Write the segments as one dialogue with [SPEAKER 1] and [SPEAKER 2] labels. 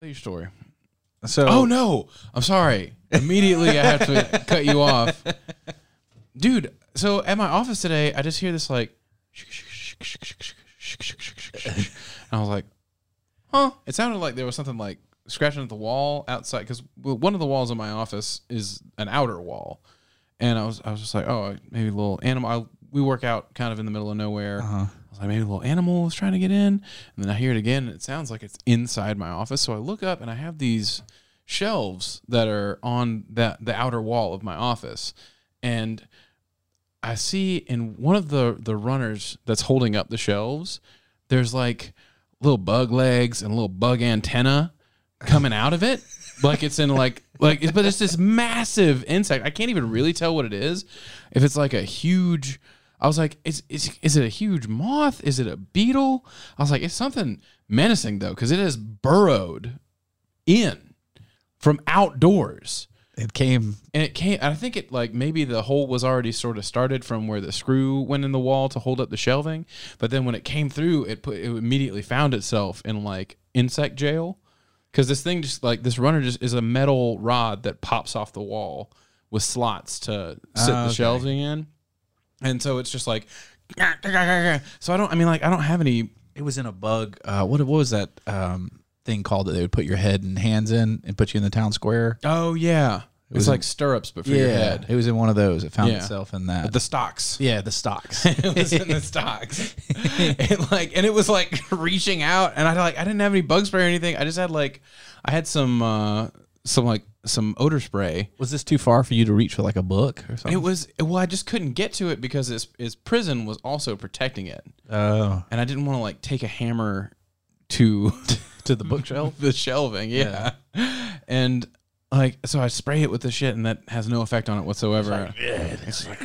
[SPEAKER 1] Tell your story. So,
[SPEAKER 2] Oh no! I'm sorry. Immediately, I have to cut you off, dude. So at my office today, I just hear this like, and I was like, huh? It sounded like there was something like scratching at the wall outside because one of the walls in my office is an outer wall, and I was I was just like, oh, maybe a little animal. I, we work out kind of in the middle of nowhere.
[SPEAKER 1] Uh-huh.
[SPEAKER 2] I was like, maybe a little animal was trying to get in. And then I hear it again, and it sounds like it's inside my office. So I look up, and I have these shelves that are on that the outer wall of my office, and I see in one of the the runners that's holding up the shelves, there's like little bug legs and little bug antenna coming out of it. Like it's in like like it's, but it's this massive insect. I can't even really tell what it is. If it's like a huge I was like, is, is, is it a huge moth? Is it a beetle? I was like, it's something menacing though, because it is burrowed in from outdoors
[SPEAKER 1] it came.
[SPEAKER 2] and it came i think it like maybe the hole was already sort of started from where the screw went in the wall to hold up the shelving but then when it came through it put it immediately found itself in like insect jail because this thing just like this runner just is a metal rod that pops off the wall with slots to sit
[SPEAKER 1] Ah,
[SPEAKER 2] the
[SPEAKER 1] okay.
[SPEAKER 2] shelving in and so it's just like so i don't i mean like i don't have any
[SPEAKER 1] It was in a bug. Uh, what what was that um, thing called that they would put your head and hands in and put you in the town square?
[SPEAKER 2] oh yeah it was
[SPEAKER 1] was
[SPEAKER 2] like stirrups but for your head
[SPEAKER 1] It was in one of those. It found
[SPEAKER 2] Yeah.
[SPEAKER 1] itself in that.
[SPEAKER 2] the stocks
[SPEAKER 1] yeah, the stocks.
[SPEAKER 2] it was in the stocks. and like and it was like reaching out and I like I didn't have any bug spray or anything. I just had like I had some uh some like some odor spray.
[SPEAKER 1] was this too far for you to reach with like a book or something?
[SPEAKER 2] It was well I just couldn't get to it because his his prison was also protecting it.
[SPEAKER 1] oh,
[SPEAKER 2] And I didn't want to like take a hammer to
[SPEAKER 1] to the bookshelf.
[SPEAKER 2] the shelving, yeah. And like so I spray it with the shit and that has no effect on it whatsoever. It's like,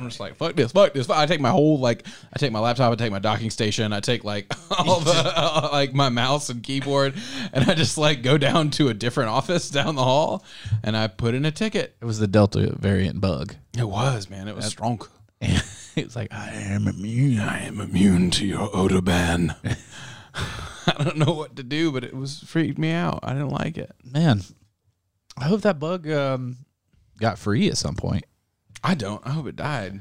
[SPEAKER 2] I'm just like, fuck this, fuck this. fuck- I take my whole like, I take my laptop, I take my docking station, I take like all the like my mouse and keyboard, and I just like go down to a different office down the hall, and I put in a ticket.
[SPEAKER 1] It was the Delta variant bug.
[SPEAKER 2] It was man, it was strong.
[SPEAKER 1] And it was like I am immune.
[SPEAKER 2] I am immune to your odor ban. I don't know what to do, but it was freaked me out. I didn't like it.
[SPEAKER 1] Man, I hope that bug um, got free at some point.
[SPEAKER 2] I don't. I hope it died.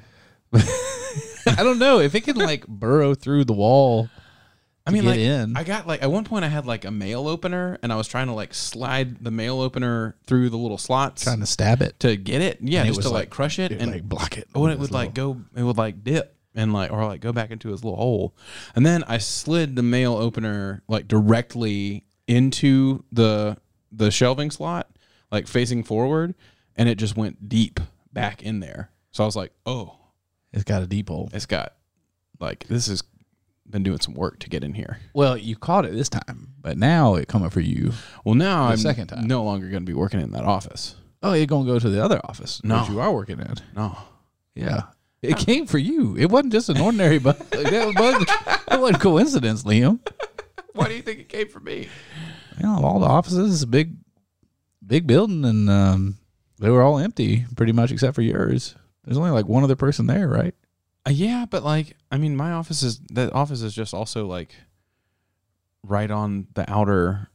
[SPEAKER 1] I don't know if it can like burrow through the wall.
[SPEAKER 2] I mean,
[SPEAKER 1] get
[SPEAKER 2] like,
[SPEAKER 1] in.
[SPEAKER 2] I got like at one point I had like a mail opener, and I was trying to like slide the mail opener through the little slots
[SPEAKER 1] trying to stab it,
[SPEAKER 2] to get it. Yeah,
[SPEAKER 1] And it
[SPEAKER 2] just
[SPEAKER 1] was
[SPEAKER 2] to like,
[SPEAKER 1] like-
[SPEAKER 2] crush it, and
[SPEAKER 1] like block it.
[SPEAKER 2] when it would like go, it would like dip and like or like go back into his little hole. And then I slid the mail opener like directly into the the shelving slot, like facing forward, and it just went deep back in there. So I was like, oh,
[SPEAKER 1] It's got a deep hole.
[SPEAKER 2] it's got like this has been doing some work to get in here.
[SPEAKER 1] Well, you caught it this time, but now it coming for you.
[SPEAKER 2] Well, now I'm
[SPEAKER 1] second time.
[SPEAKER 2] no longer going to be working in that office.
[SPEAKER 1] Oh, it gonna go to the other office.
[SPEAKER 2] No.
[SPEAKER 1] which you are working in.
[SPEAKER 2] No.
[SPEAKER 1] Yeah. It came for you. It wasn't just an ordinary bug. Like, that, bug that wasn't coincidence, Liam.
[SPEAKER 2] Why do you think it came for me?
[SPEAKER 1] You know, of all the offices, it's a big, big building, and um, they were all empty pretty much except for yours. There's only like one other person there, right?
[SPEAKER 2] Uh, yeah, but like, I mean, my office is that office is just also like right on the outer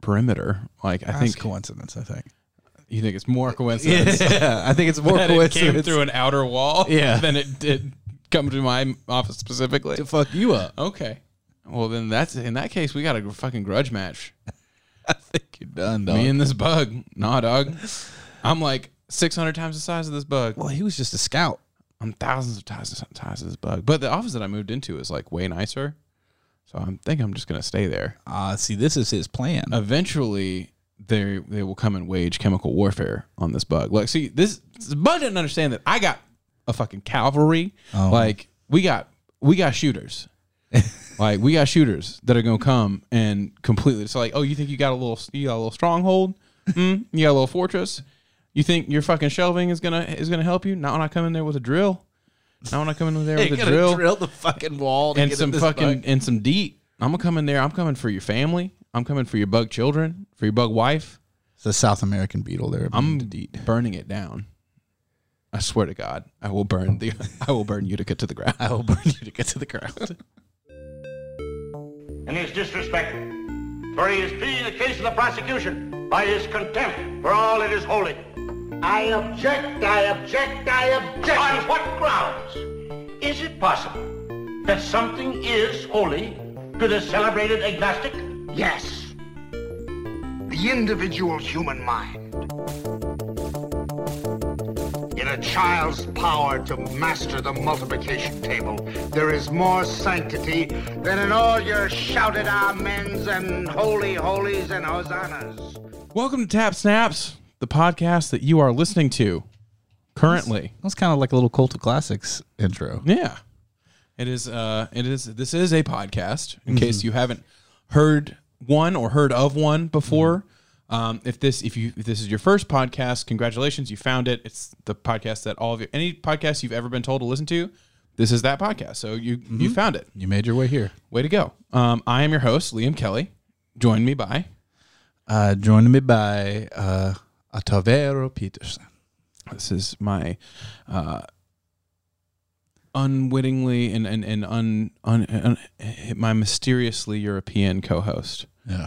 [SPEAKER 2] perimeter. Like, I think
[SPEAKER 1] coincidence. I think.
[SPEAKER 2] you think it's more coincidence
[SPEAKER 1] Yeah, I think it's more
[SPEAKER 2] that it came
[SPEAKER 1] coincidence
[SPEAKER 2] through an outer wall
[SPEAKER 1] Yeah.
[SPEAKER 2] than it did come to my office specifically.
[SPEAKER 1] to fuck you up.
[SPEAKER 2] Okay. Well, then that's in that case, we got a fucking grudge match.
[SPEAKER 1] I think you're done, dog.
[SPEAKER 2] Me and this bug. Nah, dog. I'm like 600 times the size of this bug.
[SPEAKER 1] well, he was just a scout.
[SPEAKER 2] I'm thousands of times times this bug. But the office that I moved into is like way nicer. So I'm think I'm just gonna stay there.
[SPEAKER 1] Uh, see, this is his plan.
[SPEAKER 2] Eventually they they will come and wage chemical warfare on this bug. Like see this, this bug didn't understand that I got a fucking cavalry.
[SPEAKER 1] Oh.
[SPEAKER 2] Like we got we got shooters. like we got shooters that are gonna come and completely it's like, oh you think you got a little you got a little stronghold? Mm, you got a little fortress? You think your fucking shelving is gonna is gonna help you? Not when I come in there with a drill. Not when I come in there with a drill
[SPEAKER 1] the fucking wall
[SPEAKER 2] and some fucking and some deep. I'm gonna come in there. I'm coming for your family. I'm coming for your bug children, for your bug wife.
[SPEAKER 1] It's a South American beetle there.
[SPEAKER 2] I'm burning it down. I swear to God, I will burn the I will burn Utica to the ground.
[SPEAKER 1] I will burn you to get to the ground.
[SPEAKER 3] and it's disrespectful. for he is pleading the case of the prosecution by his contempt for all it is holy. I object, I object, I object. On what grounds? Is it possible that something is holy to the celebrated agnostic?
[SPEAKER 4] Yes. The individual human mind. In a child's power to master the multiplication table, there is more sanctity than in all your shouted amens and holy holies and hosannas.
[SPEAKER 2] Welcome to Tap Snaps, the podcast that you are listening to currently.
[SPEAKER 1] That's kind of like a little cult of classics intro.
[SPEAKER 2] Yeah. It is uh it is this is a podcast in case you haven't heard one or heard of one before. Um, if this if you if this is your first podcast, congratulations, you found it. It's the podcast that all of you any podcast you've ever been told to listen to, this is that podcast. So you you found it.
[SPEAKER 1] You made your way here.
[SPEAKER 2] Way to go. Um, I am your host, Liam Kelly. Join me by
[SPEAKER 1] Uh, joined me by uh, Otavero Peterson.
[SPEAKER 2] this is my uh, unwittingly and and and un, un, un, my mysteriously European co-host.
[SPEAKER 1] Yeah.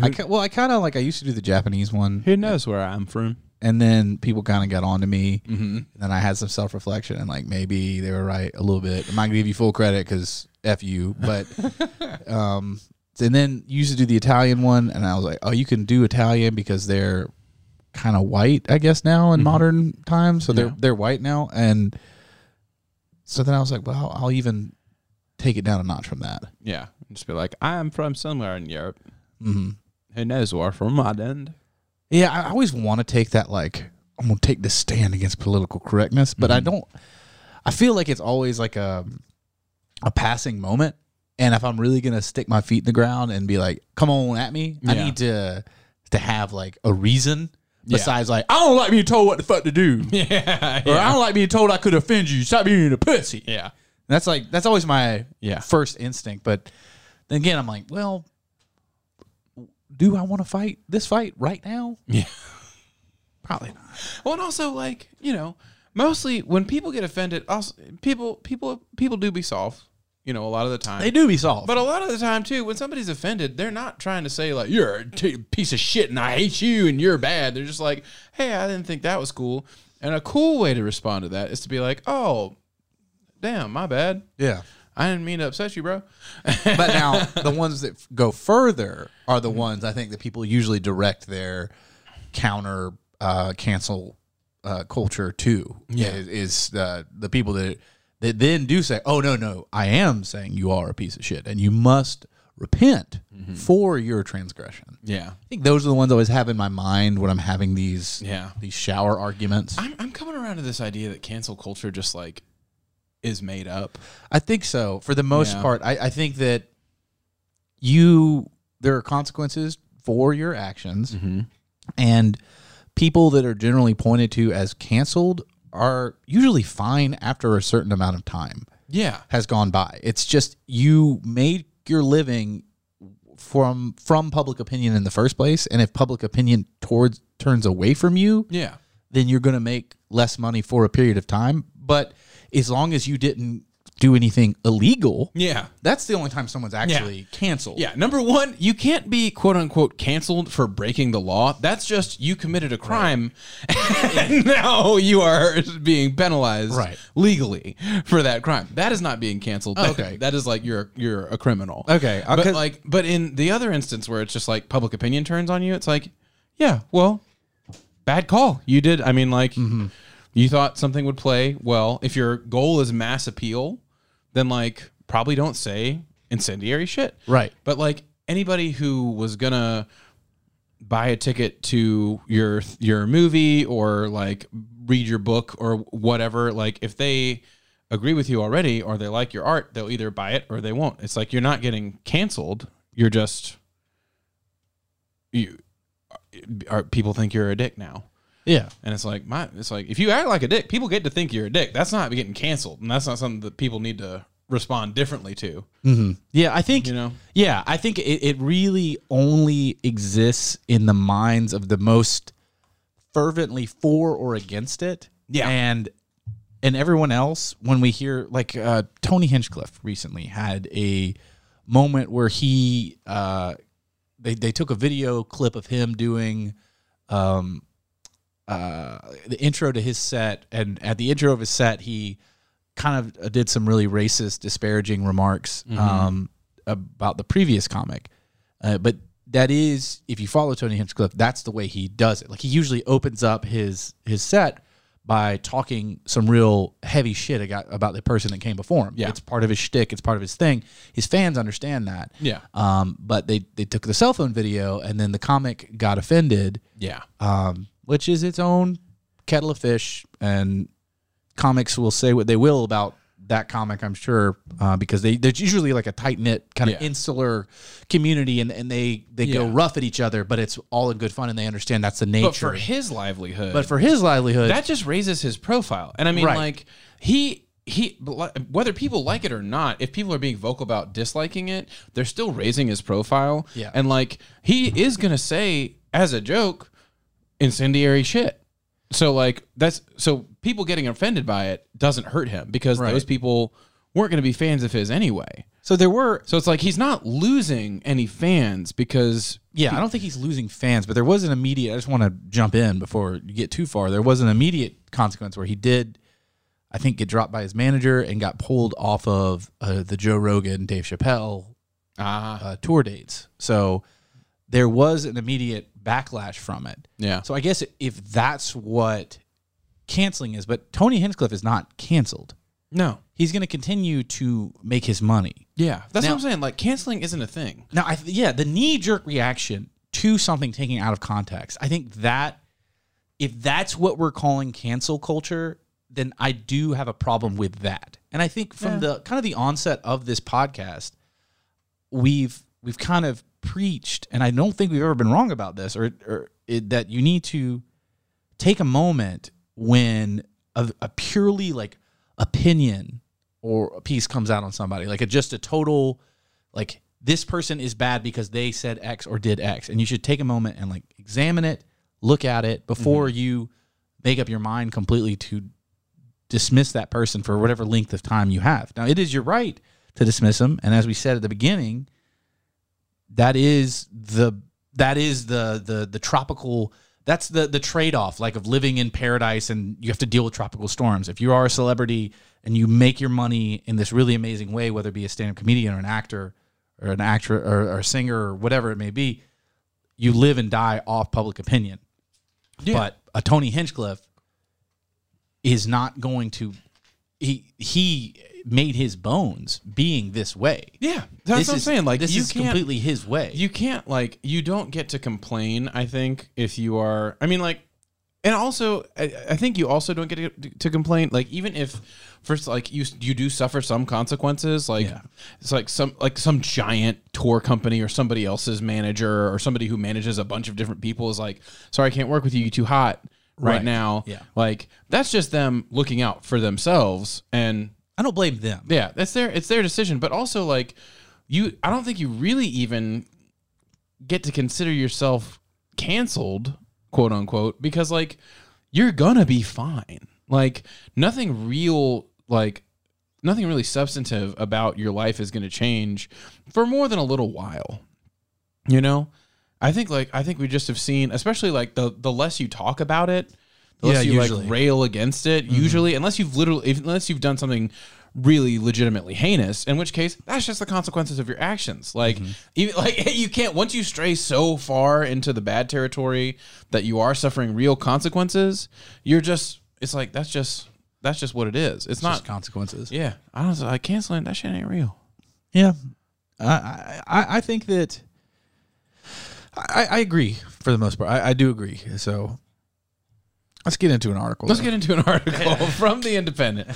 [SPEAKER 1] I ca- well, I kind of like I used to do the Japanese one,
[SPEAKER 2] Who knows where I'm from?
[SPEAKER 1] and then people kind of got on to me. Mm-hmm. And then I had some self reflection, and like maybe they were right a little bit. I'm not gonna give you full credit because f you, but um, and then you used to do the Italian one, and I was like, oh, you can do Italian because they're kind of white, I guess now in modern times. So they're
[SPEAKER 2] Yeah.
[SPEAKER 1] they're white now, and so then I was like, well, I'll even take it down a notch from that.
[SPEAKER 2] Yeah, just be like I'm from somewhere in Europe. Mm-hmm. Who knows where from my end?
[SPEAKER 1] Yeah, I I always want to take that like I'm gonna take this stand against political correctness, but
[SPEAKER 2] Mm-hmm.
[SPEAKER 1] I don't. I feel like it's always like a a passing moment, and if I'm really gonna stick my feet in the ground and be like, "Come on at me," I
[SPEAKER 2] Yeah.
[SPEAKER 1] need to to have like a reason besides like I don't like being told what the fuck to do,
[SPEAKER 2] Yeah,
[SPEAKER 1] or I don't like being told I could offend you. Stop being a pussy.
[SPEAKER 2] yeah,
[SPEAKER 1] That's like that's always my
[SPEAKER 2] Yeah.
[SPEAKER 1] first instinct, but then again, I'm like, well, do I want to fight this fight right now?
[SPEAKER 2] yeah.
[SPEAKER 1] Probably not.
[SPEAKER 2] Well, and also like you know, mostly when people get offended, also people people people do be soft. You know, a lot of the time
[SPEAKER 1] They do be soft.
[SPEAKER 2] But a lot of the time too, when somebody's offended, they're not trying to say like you're a t- piece of shit and I hate you and you're bad. They're just like, hey, I didn't think that was cool. And a cool way to respond to that is to be like, oh, damn, my bad.
[SPEAKER 1] yeah.
[SPEAKER 2] I didn't mean to upset you, bro.
[SPEAKER 1] But now the ones that f- go further are the ones I think that people usually direct their counter uh, cancel uh, culture to. Yeah, is, is the the people that that then do say, "Oh no, no, I am saying you are a piece of shit, and you must repent for your transgression."
[SPEAKER 2] Yeah,
[SPEAKER 1] I think those are the ones I always have in my mind when I'm having these
[SPEAKER 2] Yeah.
[SPEAKER 1] these shower arguments.
[SPEAKER 2] I'm I'm coming around to this idea that cancel culture just like is made up.
[SPEAKER 1] I think so. For the most
[SPEAKER 2] Yeah.
[SPEAKER 1] part, I, I think that you there are consequences for your actions, and people that are generally pointed to as canceled are usually fine after a certain amount of time
[SPEAKER 2] Yeah,
[SPEAKER 1] has gone by. It's just you made your living from from public opinion in the first place, and if public opinion towards turns away from you,
[SPEAKER 2] yeah,
[SPEAKER 1] then you're going to make less money for a period of time. But as long as you didn't do anything illegal,
[SPEAKER 2] yeah.
[SPEAKER 1] that's the only time someone's actually canceled.
[SPEAKER 2] Yeah, number one, you can't be quote unquote canceled for breaking the law. That's just you committed a crime, and now you are being penalized
[SPEAKER 1] Right.
[SPEAKER 2] legally for that crime. That is not being canceled.
[SPEAKER 1] okay.
[SPEAKER 2] that is like you're you're a criminal.
[SPEAKER 1] Okay, uh,
[SPEAKER 2] but
[SPEAKER 1] 'cause-
[SPEAKER 2] like, but in the other instance where it's just like public opinion turns on you, it's like, yeah, well, bad call. You did. I mean, like,
[SPEAKER 1] Mm-hmm.
[SPEAKER 2] you thought something would play well. If your goal is mass appeal, then like probably don't say incendiary shit.
[SPEAKER 1] Right.
[SPEAKER 2] But like anybody who was gonna buy a ticket to your your movie or like read your book or whatever, like if they agree with you already or they like your art, they'll either buy it or they won't. It's like you're not getting canceled. You're just you are people think you're a dick now.
[SPEAKER 1] Yeah.
[SPEAKER 2] And it's like my it's like if you act like a dick, people get to think you're a dick. That's not getting canceled, and that's not something that people need to respond differently to.
[SPEAKER 1] Yeah, I think
[SPEAKER 2] You know?
[SPEAKER 1] Yeah, I think it, it really only exists in the minds of the most fervently for or against it.
[SPEAKER 2] Yeah.
[SPEAKER 1] and and everyone else when we hear like uh, Tony Hinchcliffe recently had a moment where he uh, they they took a video clip of him doing um uh the intro to his set and at the intro of his set he kind of uh, did some really racist disparaging remarks
[SPEAKER 2] Mm-hmm.
[SPEAKER 1] um about the previous comic uh, but that is if you follow Tony Hinchcliffe that's the way he does it like he usually opens up his his set by talking some real heavy shit aga- about the person that came before him
[SPEAKER 2] Yeah.
[SPEAKER 1] it's part of his shtick it's part of his thing his fans understand that
[SPEAKER 2] Yeah.
[SPEAKER 1] um, but they they took the cell phone video and then the comic got offended,
[SPEAKER 2] Yeah.
[SPEAKER 1] um, which is its own kettle of fish. And comics will say what they will about that comic, I'm sure, uh, because they there's usually like a tight knit kind of
[SPEAKER 2] Yeah.
[SPEAKER 1] insular community, and, and they they go
[SPEAKER 2] Yeah.
[SPEAKER 1] rough at each other, but it's all in good fun, and they understand that's the nature.
[SPEAKER 2] But for his livelihood,
[SPEAKER 1] But for his livelihood,
[SPEAKER 2] that just raises his profile. And I mean,
[SPEAKER 1] Right.
[SPEAKER 2] like he he whether people like it or not, if people are being vocal about disliking it, they're still raising his profile.
[SPEAKER 1] Yeah.
[SPEAKER 2] and like he is gonna say as a joke, incendiary shit. So like that's so people getting offended by it doesn't hurt him because
[SPEAKER 1] Right.
[SPEAKER 2] those people weren't gonna be fans of his anyway.
[SPEAKER 1] so there were
[SPEAKER 2] So it's like he's not losing any fans because
[SPEAKER 1] Yeah, I don't think he's losing fans, but there was an immediate. I just want to jump in before you get too far. There was an immediate consequence where he did, I think, get dropped by his manager and got pulled off of uh, the Joe Rogan, Dave Chappelle
[SPEAKER 2] ah
[SPEAKER 1] uh, tour dates. So there was an immediate backlash from it.
[SPEAKER 2] yeah
[SPEAKER 1] So I guess if that's what canceling is, but Tony Hinchcliffe is not canceled.
[SPEAKER 2] no
[SPEAKER 1] He's going to continue to make his money.
[SPEAKER 2] yeah that's
[SPEAKER 1] Now-
[SPEAKER 2] what I'm saying like canceling isn't a thing.
[SPEAKER 1] Now, I th- yeah, the knee jerk reaction to something taking out of context. I think that if that's what we're calling cancel culture, then I do have a problem with that. And I think from the kind of the onset of this podcast, we've we've kind of preached, and I don't think we've ever been wrong about this, or or it, that you need to take a moment when a, a purely like opinion or a piece comes out on somebody, like a, just a total like this person is bad because they said X or did X, and you should take a moment and like examine it, look at it before you make up your mind completely to dismiss that person for whatever length of time you have. Now, it is your right to dismiss them, and as we said at the beginning, that is the that is the the the tropical that's the the trade-off like of living in paradise and you have to deal with tropical storms if you are a celebrity and you make your money in this really amazing way whether it be a stand-up comedian or an actor or an actor or, or a singer or whatever it may be you live and die off public opinion but a tony hinchcliffe is not going to he he made his bones being this way
[SPEAKER 2] Yeah, that's
[SPEAKER 1] this
[SPEAKER 2] what I'm
[SPEAKER 1] is-
[SPEAKER 2] saying. Like
[SPEAKER 1] this
[SPEAKER 2] you
[SPEAKER 1] is
[SPEAKER 2] can't,
[SPEAKER 1] completely his way
[SPEAKER 2] you can't like you don't get to complain. I think if you are, I mean, like, and also I, I think you also don't get to, to complain. Like even if first, like you you do suffer some consequences. Like
[SPEAKER 1] Yeah.
[SPEAKER 2] it's like some like some giant tour company or somebody else's manager or somebody who manages a bunch of different people is like, sorry, I can't work with you. You too hot right,
[SPEAKER 1] Right.
[SPEAKER 2] now.
[SPEAKER 1] Yeah.
[SPEAKER 2] like that's just them looking out for themselves and
[SPEAKER 1] i don't blame them
[SPEAKER 2] yeah, that's their it's their decision. But also like you I don't think you really even get to consider yourself canceled, quote unquote, because like you're gonna be fine. Like nothing real like nothing really substantive about your life is gonna change for more than a little while. You know? I think like I think we just have seen especially like the the less you talk about it, the less
[SPEAKER 1] Yeah,
[SPEAKER 2] you
[SPEAKER 1] usually.
[SPEAKER 2] like rail against it, usually unless you've literally if- unless you've done something really legitimately heinous, in which case that's just the consequences of your actions. Like even like you can't once you stray so far into the bad territory that you are suffering real consequences, you're just it's like that's just that's just what it is. It's, not
[SPEAKER 1] just consequences
[SPEAKER 2] yeah, I don't like canceling that shit ain't real.
[SPEAKER 1] Yeah, I I, I- I think that I, I agree for the most part. I, I do agree. So let's get into an article.
[SPEAKER 2] Let's get into an article from The Independent.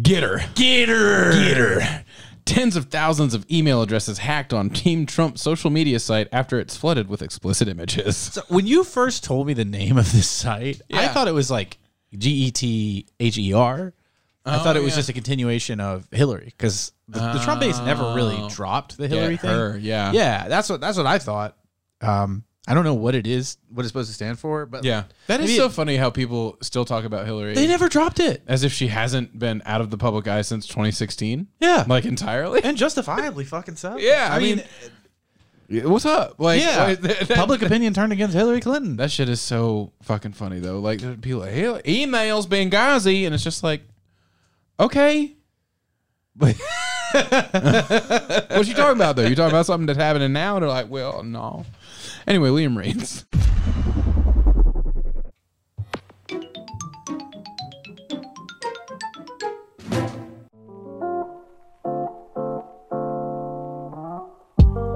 [SPEAKER 2] Get her. Get her. Get her. Tens of thousands of email addresses hacked on Team Trump's social media site after it's flooded with explicit images.
[SPEAKER 1] So when you first told me the name of this site, I
[SPEAKER 2] Yeah.
[SPEAKER 1] thought it was like G E T H E R. I thought it was
[SPEAKER 2] yeah.
[SPEAKER 1] just a continuation of Hillary because the, the Trump base never really dropped the Hillary thing.
[SPEAKER 2] her, yeah.
[SPEAKER 1] yeah, that's what that's what I thought. Um, I don't know what it is, what it's supposed to stand for, but
[SPEAKER 2] That is
[SPEAKER 1] Maybe
[SPEAKER 2] so
[SPEAKER 1] it-
[SPEAKER 2] funny how people still talk about Hillary
[SPEAKER 1] they never dropped it.
[SPEAKER 2] as if she hasn't been out of the public eye since 2016.
[SPEAKER 1] Yeah.
[SPEAKER 2] Like entirely.
[SPEAKER 1] and justifiably fucking so.
[SPEAKER 2] Yeah, I mean, Yeah, What's up? Like,
[SPEAKER 1] Yeah.
[SPEAKER 2] like, that, that-
[SPEAKER 1] Public opinion turned against Hillary Clinton.
[SPEAKER 2] Mm, that shit is so fucking funny though. Like there are people like, "Hell, emails Benghazi, and it's just like, okay,
[SPEAKER 1] But-
[SPEAKER 2] what you talking about though? You talking about something that's happening now? And they're like, well, no. Anyway, Liam reads.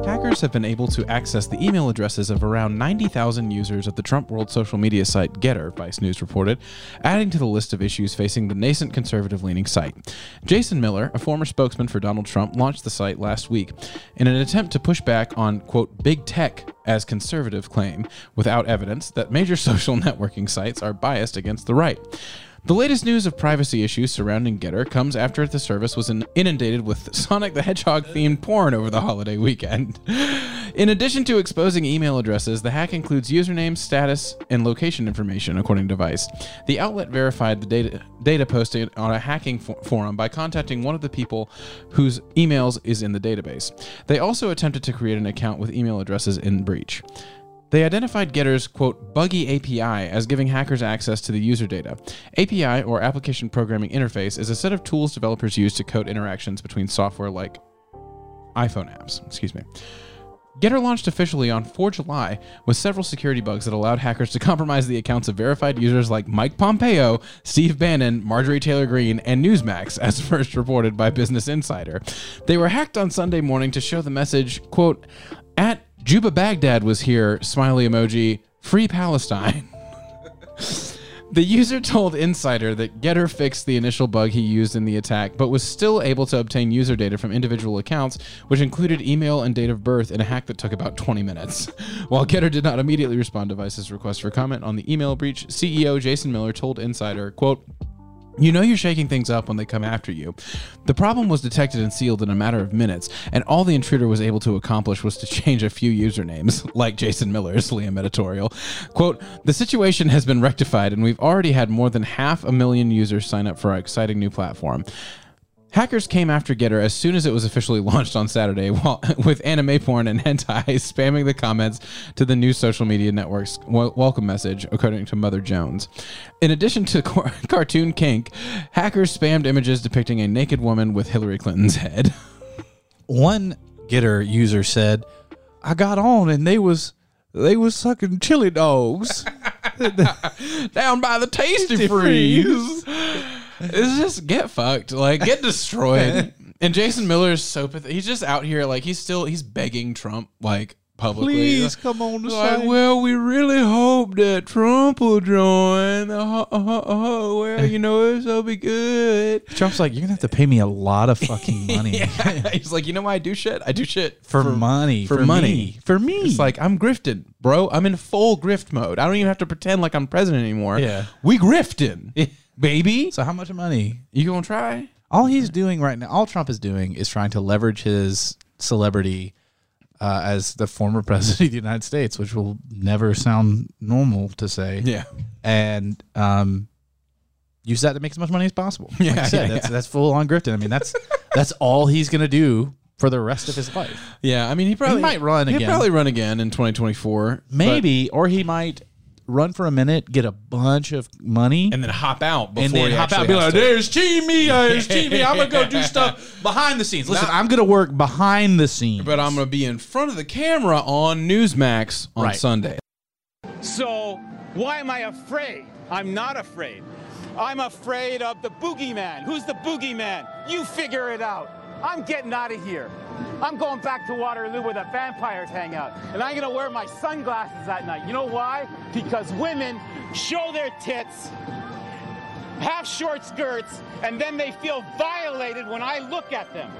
[SPEAKER 2] Hackers have been able to access the email addresses of around 90,000 users of the Trump World social media site Getter, Vice News reported, adding to the list of issues facing the nascent conservative leaning site. Jason Miller, a former spokesman for Donald Trump, launched the site last week in an attempt to push back on, quote, big tech as conservative claim without evidence that major social networking sites are biased against the right. The latest news of privacy issues surrounding Getter comes after the service was in- inundated with Sonic the Hedgehog themed porn over the holiday weekend. In addition to exposing email addresses, the hack includes usernames, status, and location information, according to Vice. The outlet verified the data, data posted on a hacking for- forum by contacting one of the people whose emails is in the database. They also attempted to create an account with email addresses in breach. They identified Getter's, quote, buggy API as giving hackers access to the user data. API, or Application Programming Interface, is a set of tools developers use to code interactions between software like iPhone apps. Excuse me. Getter launched officially on 4 July with several security bugs that allowed hackers to compromise the accounts of verified users like Mike Pompeo, Steve Bannon, Marjorie Taylor Greene, and Newsmax, as first reported by Business Insider. They were hacked on Sunday morning to show the message, quote, at Juba Baghdad was here, smiley emoji, free Palestine. The user told Insider that Getter fixed the initial bug he used in the attack, but was still able to obtain user data from individual accounts, which included email and date of birth in a hack that took about 20 minutes. While Getter did not immediately respond to Vice's request for comment on the email breach, CEO Jason Miller told Insider, quote, you know you're shaking things up when they come after you. The problem was detected and sealed in a matter of minutes, and all the intruder was able to accomplish was to change a few usernames, like Jason Miller's Liam editorial. Quote, the situation has been rectified, and we've already had more than half a million users sign up for our exciting new platform. Hackers came after Getter as soon as it was officially launched on Saturday, while, with anime porn and hentai spamming the comments to the new social media network's wel- welcome message, according to Mother Jones. In addition to car- cartoon kink, hackers spammed images depicting a naked woman with Hillary Clinton's head.
[SPEAKER 1] One getter user said, "I got on and they was they was sucking chili dogs."
[SPEAKER 2] down by the tasty freeze. it's just get fucked, like get destroyed. and Jason Miller is so pathetic. He's just out here, like he's still he's begging Trump, like publicly.
[SPEAKER 1] Please
[SPEAKER 2] Like,
[SPEAKER 1] come on the
[SPEAKER 2] like,
[SPEAKER 1] site.
[SPEAKER 2] well, we really hope that Trump will join. Oh, oh, oh, well, you know, it'll be good.
[SPEAKER 1] Trump's like, "You're gonna have to pay me a lot of fucking money
[SPEAKER 2] He's like, you know why I do shit? I do shit
[SPEAKER 1] for, money
[SPEAKER 2] for
[SPEAKER 1] me,
[SPEAKER 2] money.
[SPEAKER 1] for me."
[SPEAKER 2] It's like I'm grifted, bro. I'm in full grift mode. I don't even have to pretend like I'm president anymore.
[SPEAKER 1] Yeah.
[SPEAKER 2] we grifting, baby.
[SPEAKER 1] so how much money?
[SPEAKER 2] You gonna try?
[SPEAKER 1] All he's doing right now, all Trump is doing, is trying to leverage his celebrity uh, as the former president of the United States, which will never sound normal to say.
[SPEAKER 2] Yeah.
[SPEAKER 1] and um, use that to make as much money as possible. like
[SPEAKER 2] Yeah,
[SPEAKER 1] I said,
[SPEAKER 2] yeah,
[SPEAKER 1] that's that's full on grifting. I mean, that's that's all he's gonna do for the rest of his life.
[SPEAKER 2] Yeah. I mean, he probably
[SPEAKER 1] might run
[SPEAKER 2] he'd
[SPEAKER 1] again.
[SPEAKER 2] probably run again in 2024. but-
[SPEAKER 1] Maybe, or he might run for a minute, get a bunch of money,
[SPEAKER 2] and then hop out before
[SPEAKER 1] and then
[SPEAKER 2] he
[SPEAKER 1] hop out
[SPEAKER 2] actually
[SPEAKER 1] and
[SPEAKER 2] has
[SPEAKER 1] be like,
[SPEAKER 2] to.
[SPEAKER 1] there's TV, there's TV. I'm going to go do stuff behind the scenes. Listen, I'm going to work behind the scenes.
[SPEAKER 2] But I'm gonna be in front of the camera on Newsmax on
[SPEAKER 1] Right.
[SPEAKER 2] Sunday.
[SPEAKER 5] So, why am I afraid? I'm not afraid. I'm afraid of the boogeyman. Who's the boogeyman? You figure it out. I'm getting out of here. I'm going back to Waterloo where the vampires hang out. And I'm going to wear my sunglasses at night. You know why? Because women show their tits, have short skirts, and then they feel violated when I look at them.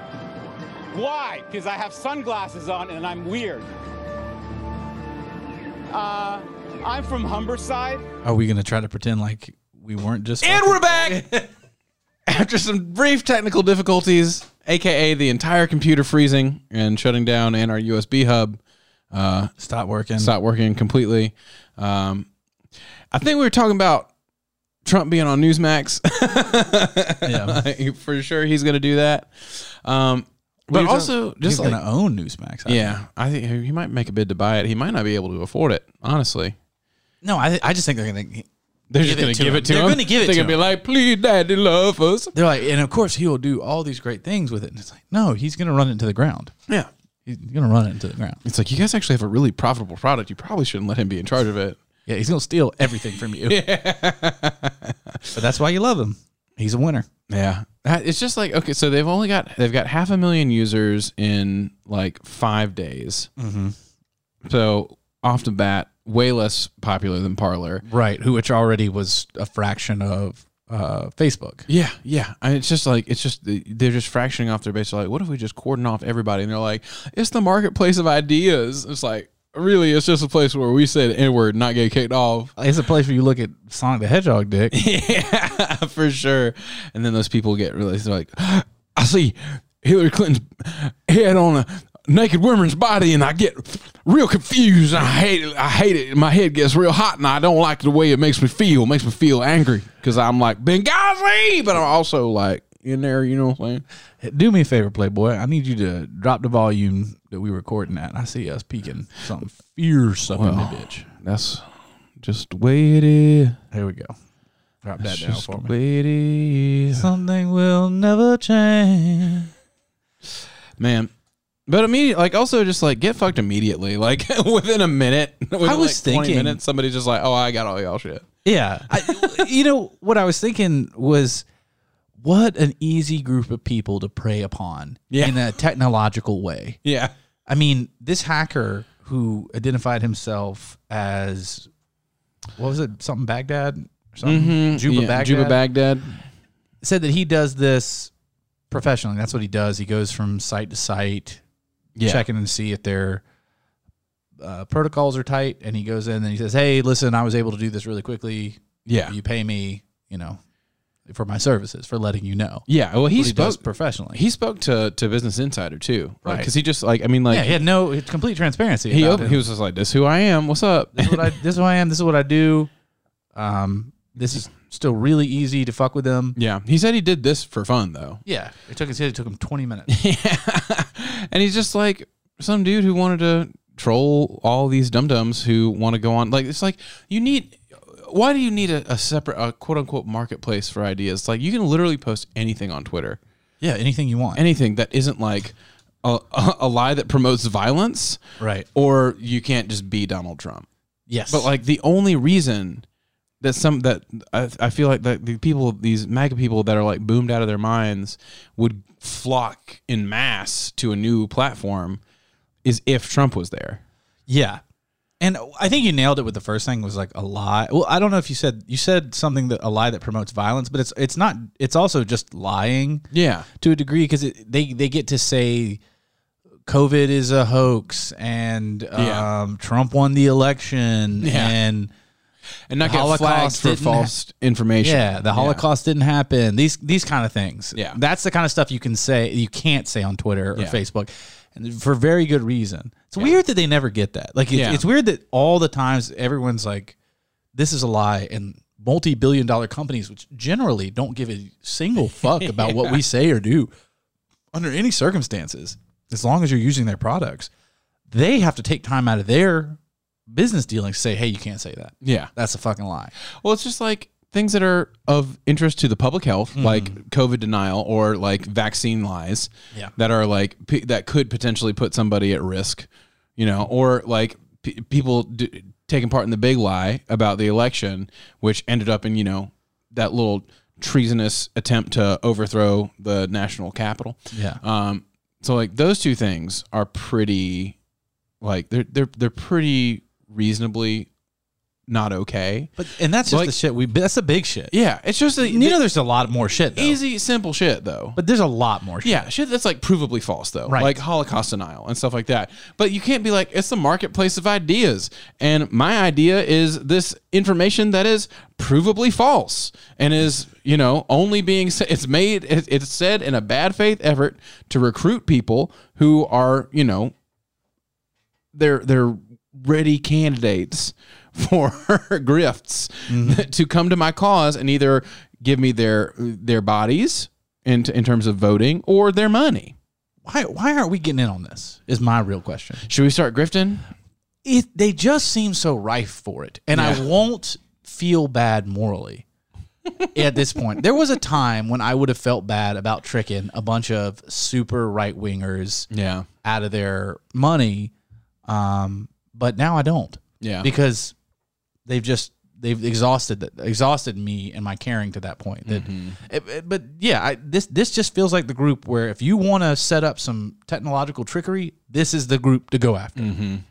[SPEAKER 5] Why? Because I have sunglasses on and I'm weird. Uh, I'm from Humberside.
[SPEAKER 1] Are we going to try to pretend like we weren't just.
[SPEAKER 2] And we're back after some brief technical difficulties, aka the entire computer freezing and shutting down, and our USB hub uh,
[SPEAKER 1] Stop working.
[SPEAKER 2] stopped working completely. Um, I think we were talking about Trump being on Newsmax.
[SPEAKER 1] Yeah.
[SPEAKER 2] Like, for sure he's going to do that. Um, But also, just
[SPEAKER 1] He's
[SPEAKER 2] like
[SPEAKER 1] gonna own Newsmax. I think.
[SPEAKER 2] yeah, I think he might make a bid to buy it. He might not be able to afford it. Honestly,
[SPEAKER 1] No, I, I just think they're gonna.
[SPEAKER 2] they're
[SPEAKER 1] Give
[SPEAKER 2] just
[SPEAKER 1] it
[SPEAKER 2] gonna
[SPEAKER 1] to
[SPEAKER 2] give
[SPEAKER 1] him.
[SPEAKER 2] it to
[SPEAKER 1] They're
[SPEAKER 2] him.
[SPEAKER 1] gonna give it
[SPEAKER 2] They're
[SPEAKER 1] to
[SPEAKER 2] gonna be
[SPEAKER 1] him.
[SPEAKER 2] like, "Please, Daddy, love us."
[SPEAKER 1] They're like, and of course he'll do all these great things with it. And it's like, no, he's gonna run into the ground.
[SPEAKER 2] Yeah,
[SPEAKER 1] He's gonna run into the ground.
[SPEAKER 2] it's like you guys actually have a really profitable product. You probably shouldn't let him be in charge of it.
[SPEAKER 1] Yeah, he's gonna steal everything from you. but that's why you love him. He's a winner.
[SPEAKER 2] Yeah. That- It's just like okay, so they've only got they've got half a million users in like five days. Mm-hmm. So off the bat, way less popular than Parlor.
[SPEAKER 1] Right, who which already was a fraction of uh, Facebook.
[SPEAKER 2] Yeah, yeah. I mean, it's just like it's just they're just fractioning off their base. They're like, what if we just cordon off everybody? And they're like, it's the marketplace of ideas. It's like really, it's just a place where we said n word, not get kicked off.
[SPEAKER 1] It's a place where you look at Sonic the Hedgehog dick.
[SPEAKER 2] yeah, for sure. And then those people get realized they're like, I see Hillary Clinton's head on a naked woman's body, and I get real confused. And I hate it. I hate it. My head gets real hot, and I don't like the way it makes me feel. It makes me feel angry because I'm like Benghazi, but I'm also like in there. You know what I'm saying?
[SPEAKER 1] Do me a favor, Playboy. I need you to drop the volume that we recording at. I see us peeking something fierce up in the bitch.
[SPEAKER 2] That's just the way it is.
[SPEAKER 1] Here we go. Drop that down
[SPEAKER 2] Just
[SPEAKER 1] for
[SPEAKER 2] the
[SPEAKER 1] me.
[SPEAKER 2] way it is.
[SPEAKER 1] Something will never change.
[SPEAKER 2] man. But immediate, like also just like get fucked immediately, like within a minute. Within
[SPEAKER 1] I was
[SPEAKER 2] like 20
[SPEAKER 1] thinking-
[SPEAKER 2] minutes, somebody's just like, "Oh, I got all y'all shit."
[SPEAKER 1] Yeah. I, you know, what I was thinking was what an easy group of people to prey upon
[SPEAKER 2] Yeah.
[SPEAKER 1] in a technological way.
[SPEAKER 2] Yeah,
[SPEAKER 1] I mean, this hacker who identified himself as, what was it, something Baghdad? or Something? Mm-hmm. Mm, Juba
[SPEAKER 2] yeah.
[SPEAKER 1] Baghdad.
[SPEAKER 2] Juba Baghdad.
[SPEAKER 1] said that he does this professionally. That's what he does. He goes from site to site,
[SPEAKER 2] Yeah.
[SPEAKER 1] checking and see if their uh, protocols are tight. And he goes in and he says, "Hey, listen, I was able to do this really quickly.
[SPEAKER 2] Yeah,
[SPEAKER 1] You pay me, you know, for my services for letting you know."
[SPEAKER 2] yeah. Well, he
[SPEAKER 1] What he does
[SPEAKER 2] spoke.
[SPEAKER 1] professionally.
[SPEAKER 2] He spoke to to Business Insider too, right?
[SPEAKER 1] Right.
[SPEAKER 2] Because he just like I mean, like
[SPEAKER 1] yeah, he had no it's complete transparency.
[SPEAKER 2] he
[SPEAKER 1] about
[SPEAKER 2] opened,
[SPEAKER 1] it.
[SPEAKER 2] he was just like, "This who I am. What's up?"
[SPEAKER 1] this, is what I, this is who I am. This is what I do. Um, this is still really easy to fuck with them.
[SPEAKER 2] yeah, he said he did this for fun though.
[SPEAKER 1] Yeah, it took his it took him twenty minutes.
[SPEAKER 2] and he's just like some dude who wanted to troll all these dum dums who want to go on. Like it's like you need. Why do you need a, a separate, a quote unquote marketplace for ideas? Like you can literally post anything on Twitter,
[SPEAKER 1] yeah, anything you want.
[SPEAKER 2] anything that isn't like a, a, a lie that promotes violence,
[SPEAKER 1] Right.
[SPEAKER 2] Or you can't just be Donald Trump.
[SPEAKER 1] yes,
[SPEAKER 2] But like the only reason that some that I, I feel like that the people these MAGA people that are like boomed out of their minds would flock in mass to a new platform is if Trump was there.
[SPEAKER 1] Yeah. And I think you nailed it with the first thing was like a lie. Well, I don't know if you said you said something that a lie that promotes violence, but it's it's not it's also just lying
[SPEAKER 2] Yeah.
[SPEAKER 1] to a degree because they they get to say COVID is a hoax and um,
[SPEAKER 2] Yeah.
[SPEAKER 1] Trump won the election
[SPEAKER 2] Yeah.
[SPEAKER 1] and
[SPEAKER 2] And not
[SPEAKER 1] The
[SPEAKER 2] get
[SPEAKER 1] Holocaust
[SPEAKER 2] flagged for
[SPEAKER 1] didn't ha-
[SPEAKER 2] false information.
[SPEAKER 1] yeah the Holocaust didn't happen. These these kind of things.
[SPEAKER 2] Yeah.
[SPEAKER 1] that's the kind of stuff you can say you can't say on Twitter or
[SPEAKER 2] Yeah.
[SPEAKER 1] Facebook, and for very good reason. It's weird that they never get that. Like it's,
[SPEAKER 2] Yeah.
[SPEAKER 1] it's weird that all the times everyone's like, "This is a lie," and multi-billion dollar companies, which generally don't give a single fuck about what we say or do under any circumstances, as long as you're using their products, they have to take time out of their business dealings to say, "Hey, you can't say that."
[SPEAKER 2] Yeah.
[SPEAKER 1] That's a fucking lie.
[SPEAKER 2] Well, it's just like things that are of interest to the public health,
[SPEAKER 1] Mm-hmm.
[SPEAKER 2] like COVID denial or like vaccine lies.
[SPEAKER 1] Yeah.
[SPEAKER 2] That are like p- that could potentially put somebody at risk, you know, or like p- people d- taking part in the big lie about the election, which ended up in you know that little treasonous attempt to overthrow the national capital.
[SPEAKER 1] Yeah.
[SPEAKER 2] Um. So like those two things are pretty, like they're they're they're pretty reasonably not okay.
[SPEAKER 1] But and that's just
[SPEAKER 2] Like-
[SPEAKER 1] the shit we. That's the big shit.
[SPEAKER 2] Yeah, it's just a,
[SPEAKER 1] You know, there's a lot more shit. Though.
[SPEAKER 2] easy, simple shit though.
[SPEAKER 1] but there's a lot more shit.
[SPEAKER 2] yeah, shit that's like provably false though,
[SPEAKER 1] Right.
[SPEAKER 2] like Holocaust denial and stuff like that. But you can't be like it's the marketplace of ideas, and my idea is this information that is provably false and is you know only being sa- it's made it- it's said in a bad faith effort to recruit people who are you know they're they're ready candidates for grifts to come to my cause and either give me their their bodies in in terms of voting or their money.
[SPEAKER 1] why why aren't we getting in on this? Is my real question.
[SPEAKER 2] Should we start grifting?
[SPEAKER 1] It they just seem so rife for it, and I
[SPEAKER 2] Yeah.
[SPEAKER 1] won't feel bad morally at this point. There was a time when I would have felt bad about tricking a bunch of super right wingers
[SPEAKER 2] Yeah.
[SPEAKER 1] out of their money, um, but now I don't
[SPEAKER 2] Yeah.
[SPEAKER 1] because they've just they've exhausted that exhausted me and my caring to that point. That, it- it- but yeah, I, this this just feels like the group where if you want to set up some technological trickery, this is the group to go after.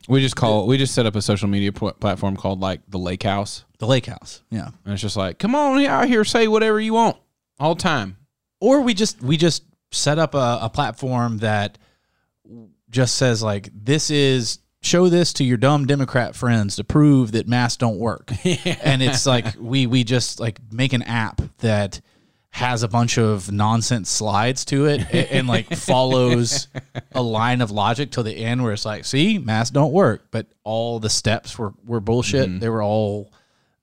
[SPEAKER 2] we just call we just set up a social media pl- platform called like the Lake House,
[SPEAKER 1] The Lake House, yeah.
[SPEAKER 2] and it's just like, come on out here, say whatever you want all the time.
[SPEAKER 1] Or we just we just set up a, a platform that just says like this is show this to your dumb democrat friends to prove that masks don't work and it's like we we just like make an app that has a bunch of nonsense slides to it and, and like follows a line of logic till the end where it's like see masks don't work but all the steps were were bullshit they were all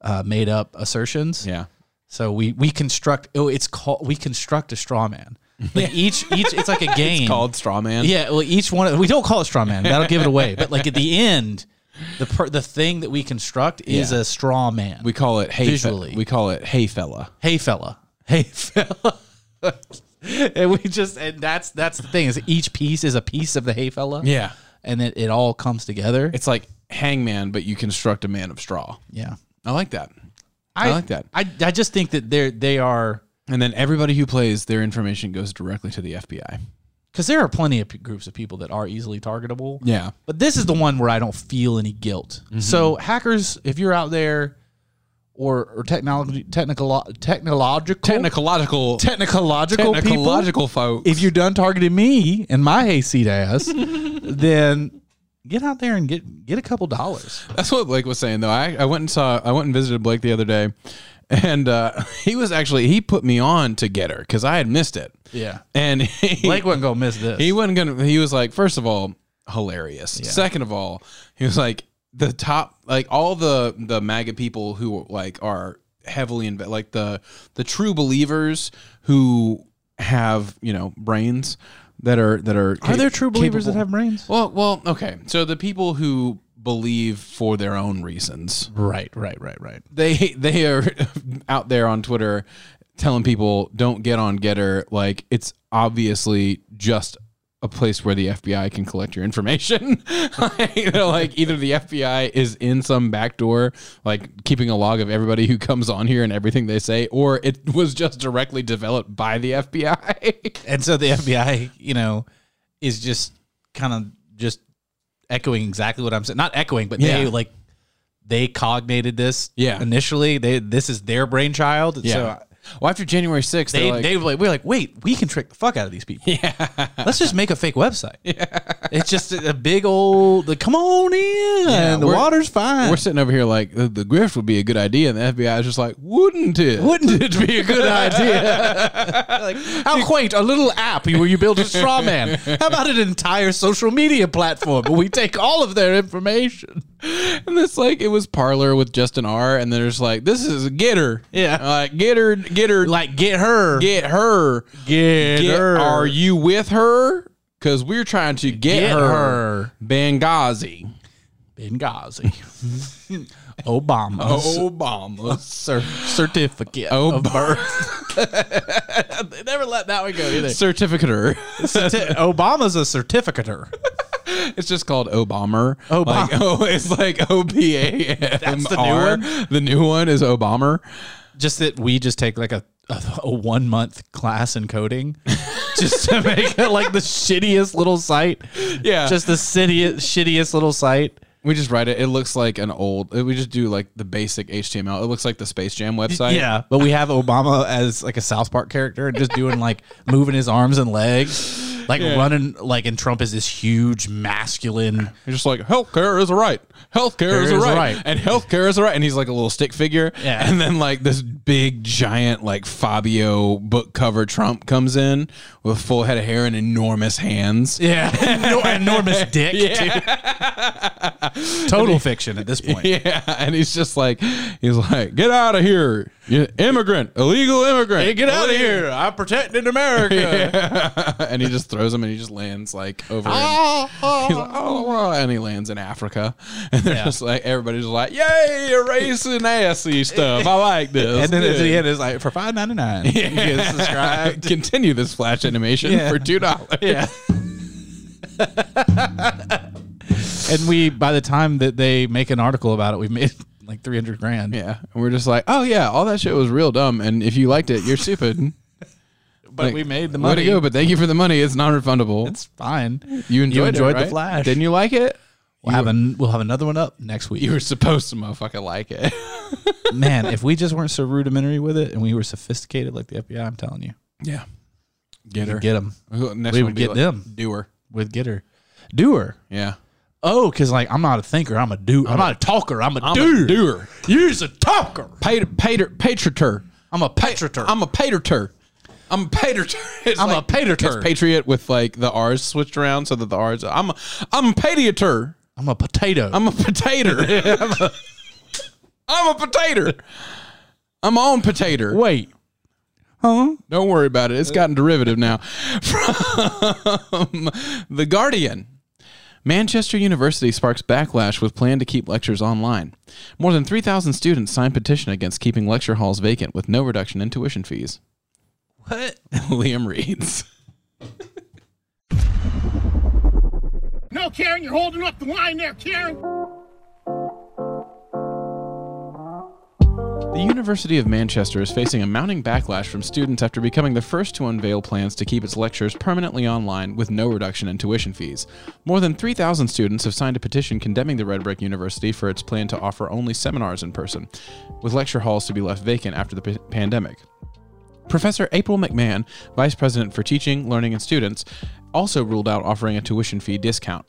[SPEAKER 1] uh, made up assertions
[SPEAKER 2] Yeah.
[SPEAKER 1] so we we construct oh it's called we construct a straw man like each each it's like a game
[SPEAKER 2] Called straw man.
[SPEAKER 1] yeah, well, each one of, we don't call it straw man. That'll give it away. But like at the end, the per, the thing that we construct is
[SPEAKER 2] Yeah.
[SPEAKER 1] a straw man.
[SPEAKER 2] We call it hey fe-
[SPEAKER 1] Visually.
[SPEAKER 2] we call it hey fella.
[SPEAKER 1] hey fella, hey fella, and we just and that's that's the thing is each piece is a piece of the hey fella.
[SPEAKER 2] Yeah.
[SPEAKER 1] and it, it all comes together.
[SPEAKER 2] It's like hangman, but you construct a man of straw.
[SPEAKER 1] yeah,
[SPEAKER 2] I like that. I, like that.
[SPEAKER 1] I I just think that they're they are
[SPEAKER 2] And then everybody who plays their information goes directly to the FBI.
[SPEAKER 1] because there are plenty of p- groups of people that are easily targetable.
[SPEAKER 2] Yeah.
[SPEAKER 1] But this is the one where I don't feel any guilt.
[SPEAKER 2] Mm-hmm.
[SPEAKER 1] So hackers, if you're out there, or or technology, technical, technological,
[SPEAKER 2] Technological
[SPEAKER 1] technological,
[SPEAKER 2] technological
[SPEAKER 1] people,
[SPEAKER 2] folks.
[SPEAKER 1] if you're done targeting me and my hayseed ass, then get out there and get get a couple dollars.
[SPEAKER 2] That's what Blake was saying though. I, I went and saw I went and visited Blake the other day, and uh, he was actually he put me on to Getter because I had missed it.
[SPEAKER 1] Yeah.
[SPEAKER 2] and he,
[SPEAKER 1] Blake wasn't gonna miss this.
[SPEAKER 2] he wasn't gonna. He was like, first of all, hilarious. Second of all, he was like the top like all the the MAGA people who like are heavily inve- like the the true believers who have you know brains that are that are
[SPEAKER 1] Are there true believers that
[SPEAKER 2] capable-
[SPEAKER 1] have brains?
[SPEAKER 2] well, well, okay. So the people who believe for their own reasons,
[SPEAKER 1] Right, right, right, right.
[SPEAKER 2] they they are out there on Twitter telling people don't get on Getter. Like it's obviously just a place where the FBI can collect your information. like, you know, like either the FBI is in some back door, like keeping a log of everybody who comes on here and everything they say, or it was just directly developed by the FBI.
[SPEAKER 1] And so the FBI, you know, is just kind of just echoing exactly what I'm saying. Not echoing, but they
[SPEAKER 2] Yeah.
[SPEAKER 1] like they cognated this.
[SPEAKER 2] Yeah.
[SPEAKER 1] Initially, they this is their brainchild. And So I-
[SPEAKER 2] well, after January sixth,
[SPEAKER 1] they
[SPEAKER 2] like,
[SPEAKER 1] they were like we're like wait we can trick the fuck out of these people. Yeah. Let's just make a fake website. Yeah. It's just a, a big old like, come on in.
[SPEAKER 2] Yeah,
[SPEAKER 1] the
[SPEAKER 2] we're-
[SPEAKER 1] water's fine.
[SPEAKER 2] We're sitting over here like the, the grift would be a good idea, and the FBI is just like, wouldn't it?
[SPEAKER 1] Wouldn't it be a good idea? like, how quaint a little app where you build a straw man. How about an entire social media platform where we take all of their information?
[SPEAKER 2] And it's like it was Parlor with Justin R, and then there's like, this is a getter,
[SPEAKER 1] Yeah.
[SPEAKER 2] like getter, getter,
[SPEAKER 1] Like, get her.
[SPEAKER 2] get her,
[SPEAKER 1] Get
[SPEAKER 2] Get-
[SPEAKER 1] her.
[SPEAKER 2] Are you with her? Because we're trying to get,
[SPEAKER 1] Get her.
[SPEAKER 2] Benghazi,
[SPEAKER 1] Benghazi. Obama's
[SPEAKER 2] Obama.
[SPEAKER 1] cer- certificate of birth. they never let that one go either.
[SPEAKER 2] Certificator.
[SPEAKER 1] Certi- Obama's a certificator.
[SPEAKER 2] It's just called Obama.
[SPEAKER 1] Obama.
[SPEAKER 2] Like, oh, it's like O B A M
[SPEAKER 1] That's the new
[SPEAKER 2] R.
[SPEAKER 1] one?
[SPEAKER 2] The new one is Obama.
[SPEAKER 1] just that we just take like a, a, a one month class in coding just to make it like the shittiest little site.
[SPEAKER 2] Yeah.
[SPEAKER 1] Just the shittiest, shittiest little site.
[SPEAKER 2] We just write it. It looks like an old. uh, We just do like the basic HTML. It looks like the Space Jam website.
[SPEAKER 1] yeah. But we have Obama as like a South Park character and just doing like moving his arms and legs, like running, like, and Trump is this huge masculine.
[SPEAKER 2] It's just like healthcare is a right. Healthcare is a
[SPEAKER 1] is a
[SPEAKER 2] right.
[SPEAKER 1] right.
[SPEAKER 2] And healthcare is a right. And he's like a little stick figure.
[SPEAKER 1] Yeah.
[SPEAKER 2] And then like this big giant like Fabio book cover Trump comes in with a full head of hair and enormous hands.
[SPEAKER 1] Yeah. enormous dick. too. Total fiction at this point.
[SPEAKER 2] Yeah, and he's just like, he's like, get out of here, you immigrant, illegal immigrant,
[SPEAKER 1] Hey, I'm protecting America.
[SPEAKER 2] Yeah. and he just throws him, and he just lands like over.
[SPEAKER 1] Ah,
[SPEAKER 2] in- he's like, oh, wow," and he lands in Africa, and they're just like everybody's like, "Yay, erasing assy stuff! I like this."
[SPEAKER 1] And then at
[SPEAKER 2] Good.
[SPEAKER 1] the end, it's like for five ninety nine.
[SPEAKER 2] Yeah. Continue this flash animation
[SPEAKER 1] Yeah.
[SPEAKER 2] for two dollars.
[SPEAKER 1] Yeah. and we, by the time that they make an article about it, we've made like three hundred grand.
[SPEAKER 2] Yeah, and we're just like, oh yeah, all that shit was real dumb, and if you liked it, you're stupid.
[SPEAKER 1] but we made the
[SPEAKER 2] Way to
[SPEAKER 1] money.
[SPEAKER 2] go! But thank you for the money. It's non-refundable.
[SPEAKER 1] It's fine.
[SPEAKER 2] you enjoyed,
[SPEAKER 1] you enjoyed
[SPEAKER 2] it,
[SPEAKER 1] the
[SPEAKER 2] right?
[SPEAKER 1] Flash.
[SPEAKER 2] Didn't you like it?
[SPEAKER 1] We'll have an, we'll have another one up next week.
[SPEAKER 2] You were supposed to motherfucking like it.
[SPEAKER 1] Man, if we just weren't so rudimentary with it and we were sophisticated like the FBI, I'm telling you,
[SPEAKER 2] Yeah, get her.
[SPEAKER 1] get them
[SPEAKER 2] Next
[SPEAKER 1] We
[SPEAKER 2] one
[SPEAKER 1] would
[SPEAKER 2] be
[SPEAKER 1] get them.
[SPEAKER 2] Doer.
[SPEAKER 1] with getter, doer.
[SPEAKER 2] Yeah.
[SPEAKER 1] Oh, because like I'm not a thinker, I'm a do. I'm not a talker, I'm a doer.
[SPEAKER 2] doer.
[SPEAKER 1] You're a talker.
[SPEAKER 2] Pater, pater, patrioter.
[SPEAKER 1] I'm a patrioter.
[SPEAKER 2] I'm a patrioter. I'm a patrioter. It's
[SPEAKER 1] I'm a patrioter.
[SPEAKER 2] It's patriot with like the R's switched around so that the R's. I'm a, I'm a patrioter.
[SPEAKER 1] I'm a potato.
[SPEAKER 2] I'm a potato. I'm, a, I'm a potato. I'm on potato.
[SPEAKER 1] Wait, huh?
[SPEAKER 2] Don't worry about it. It's gotten derivative now. From The Guardian. Manchester University sparks backlash with plan to keep lectures online. More than 3,000 students signed petition against keeping lecture halls vacant with no reduction in tuition fees.
[SPEAKER 1] What?
[SPEAKER 2] Liam reads.
[SPEAKER 6] No, Karen, you're holding up the line there, Karen.
[SPEAKER 2] The University of Manchester is facing a mounting backlash from students after becoming the first to unveil plans to keep its lectures permanently online with no reduction in tuition fees. More than 3,000 students have signed a petition condemning the Red Brick University for its plan to offer only seminars in person, with lecture halls to be left vacant after the p- pandemic. Professor April McMahon, Vice President for Teaching, Learning, and Students, also ruled out offering a tuition fee discount.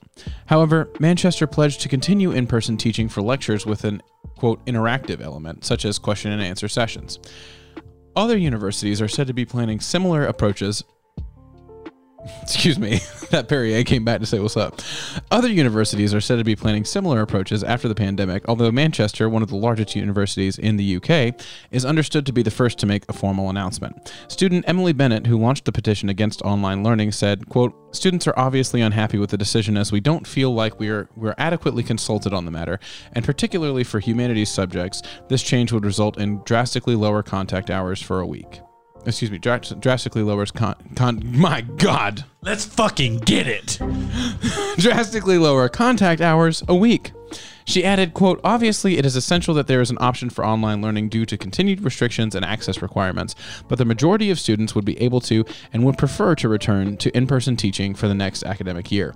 [SPEAKER 2] However, Manchester pledged to continue in person teaching for lectures with an, quote, interactive element, such as question and answer sessions. Other universities are said to be planning similar approaches. Excuse me, that Perrier came back to say what's up. Other universities are said to be planning similar approaches after the pandemic, although Manchester, one of the largest universities in the UK, is understood to be the first to make a formal announcement. Student Emily Bennett, who launched the petition against online learning, said, quote, Students are obviously unhappy with the decision as we don't feel like we are we're adequately consulted on the matter, and particularly for humanities subjects, this change would result in drastically lower contact hours for a week. Excuse me, dras- drastically lowers con, con. My God,
[SPEAKER 1] Let's fucking get it.
[SPEAKER 2] drastically lower contact hours a week. She added, quote, obviously it is essential that there is an option for online learning due to continued restrictions and access requirements, but the majority of students would be able to and would prefer to return to in-person teaching for the next academic year.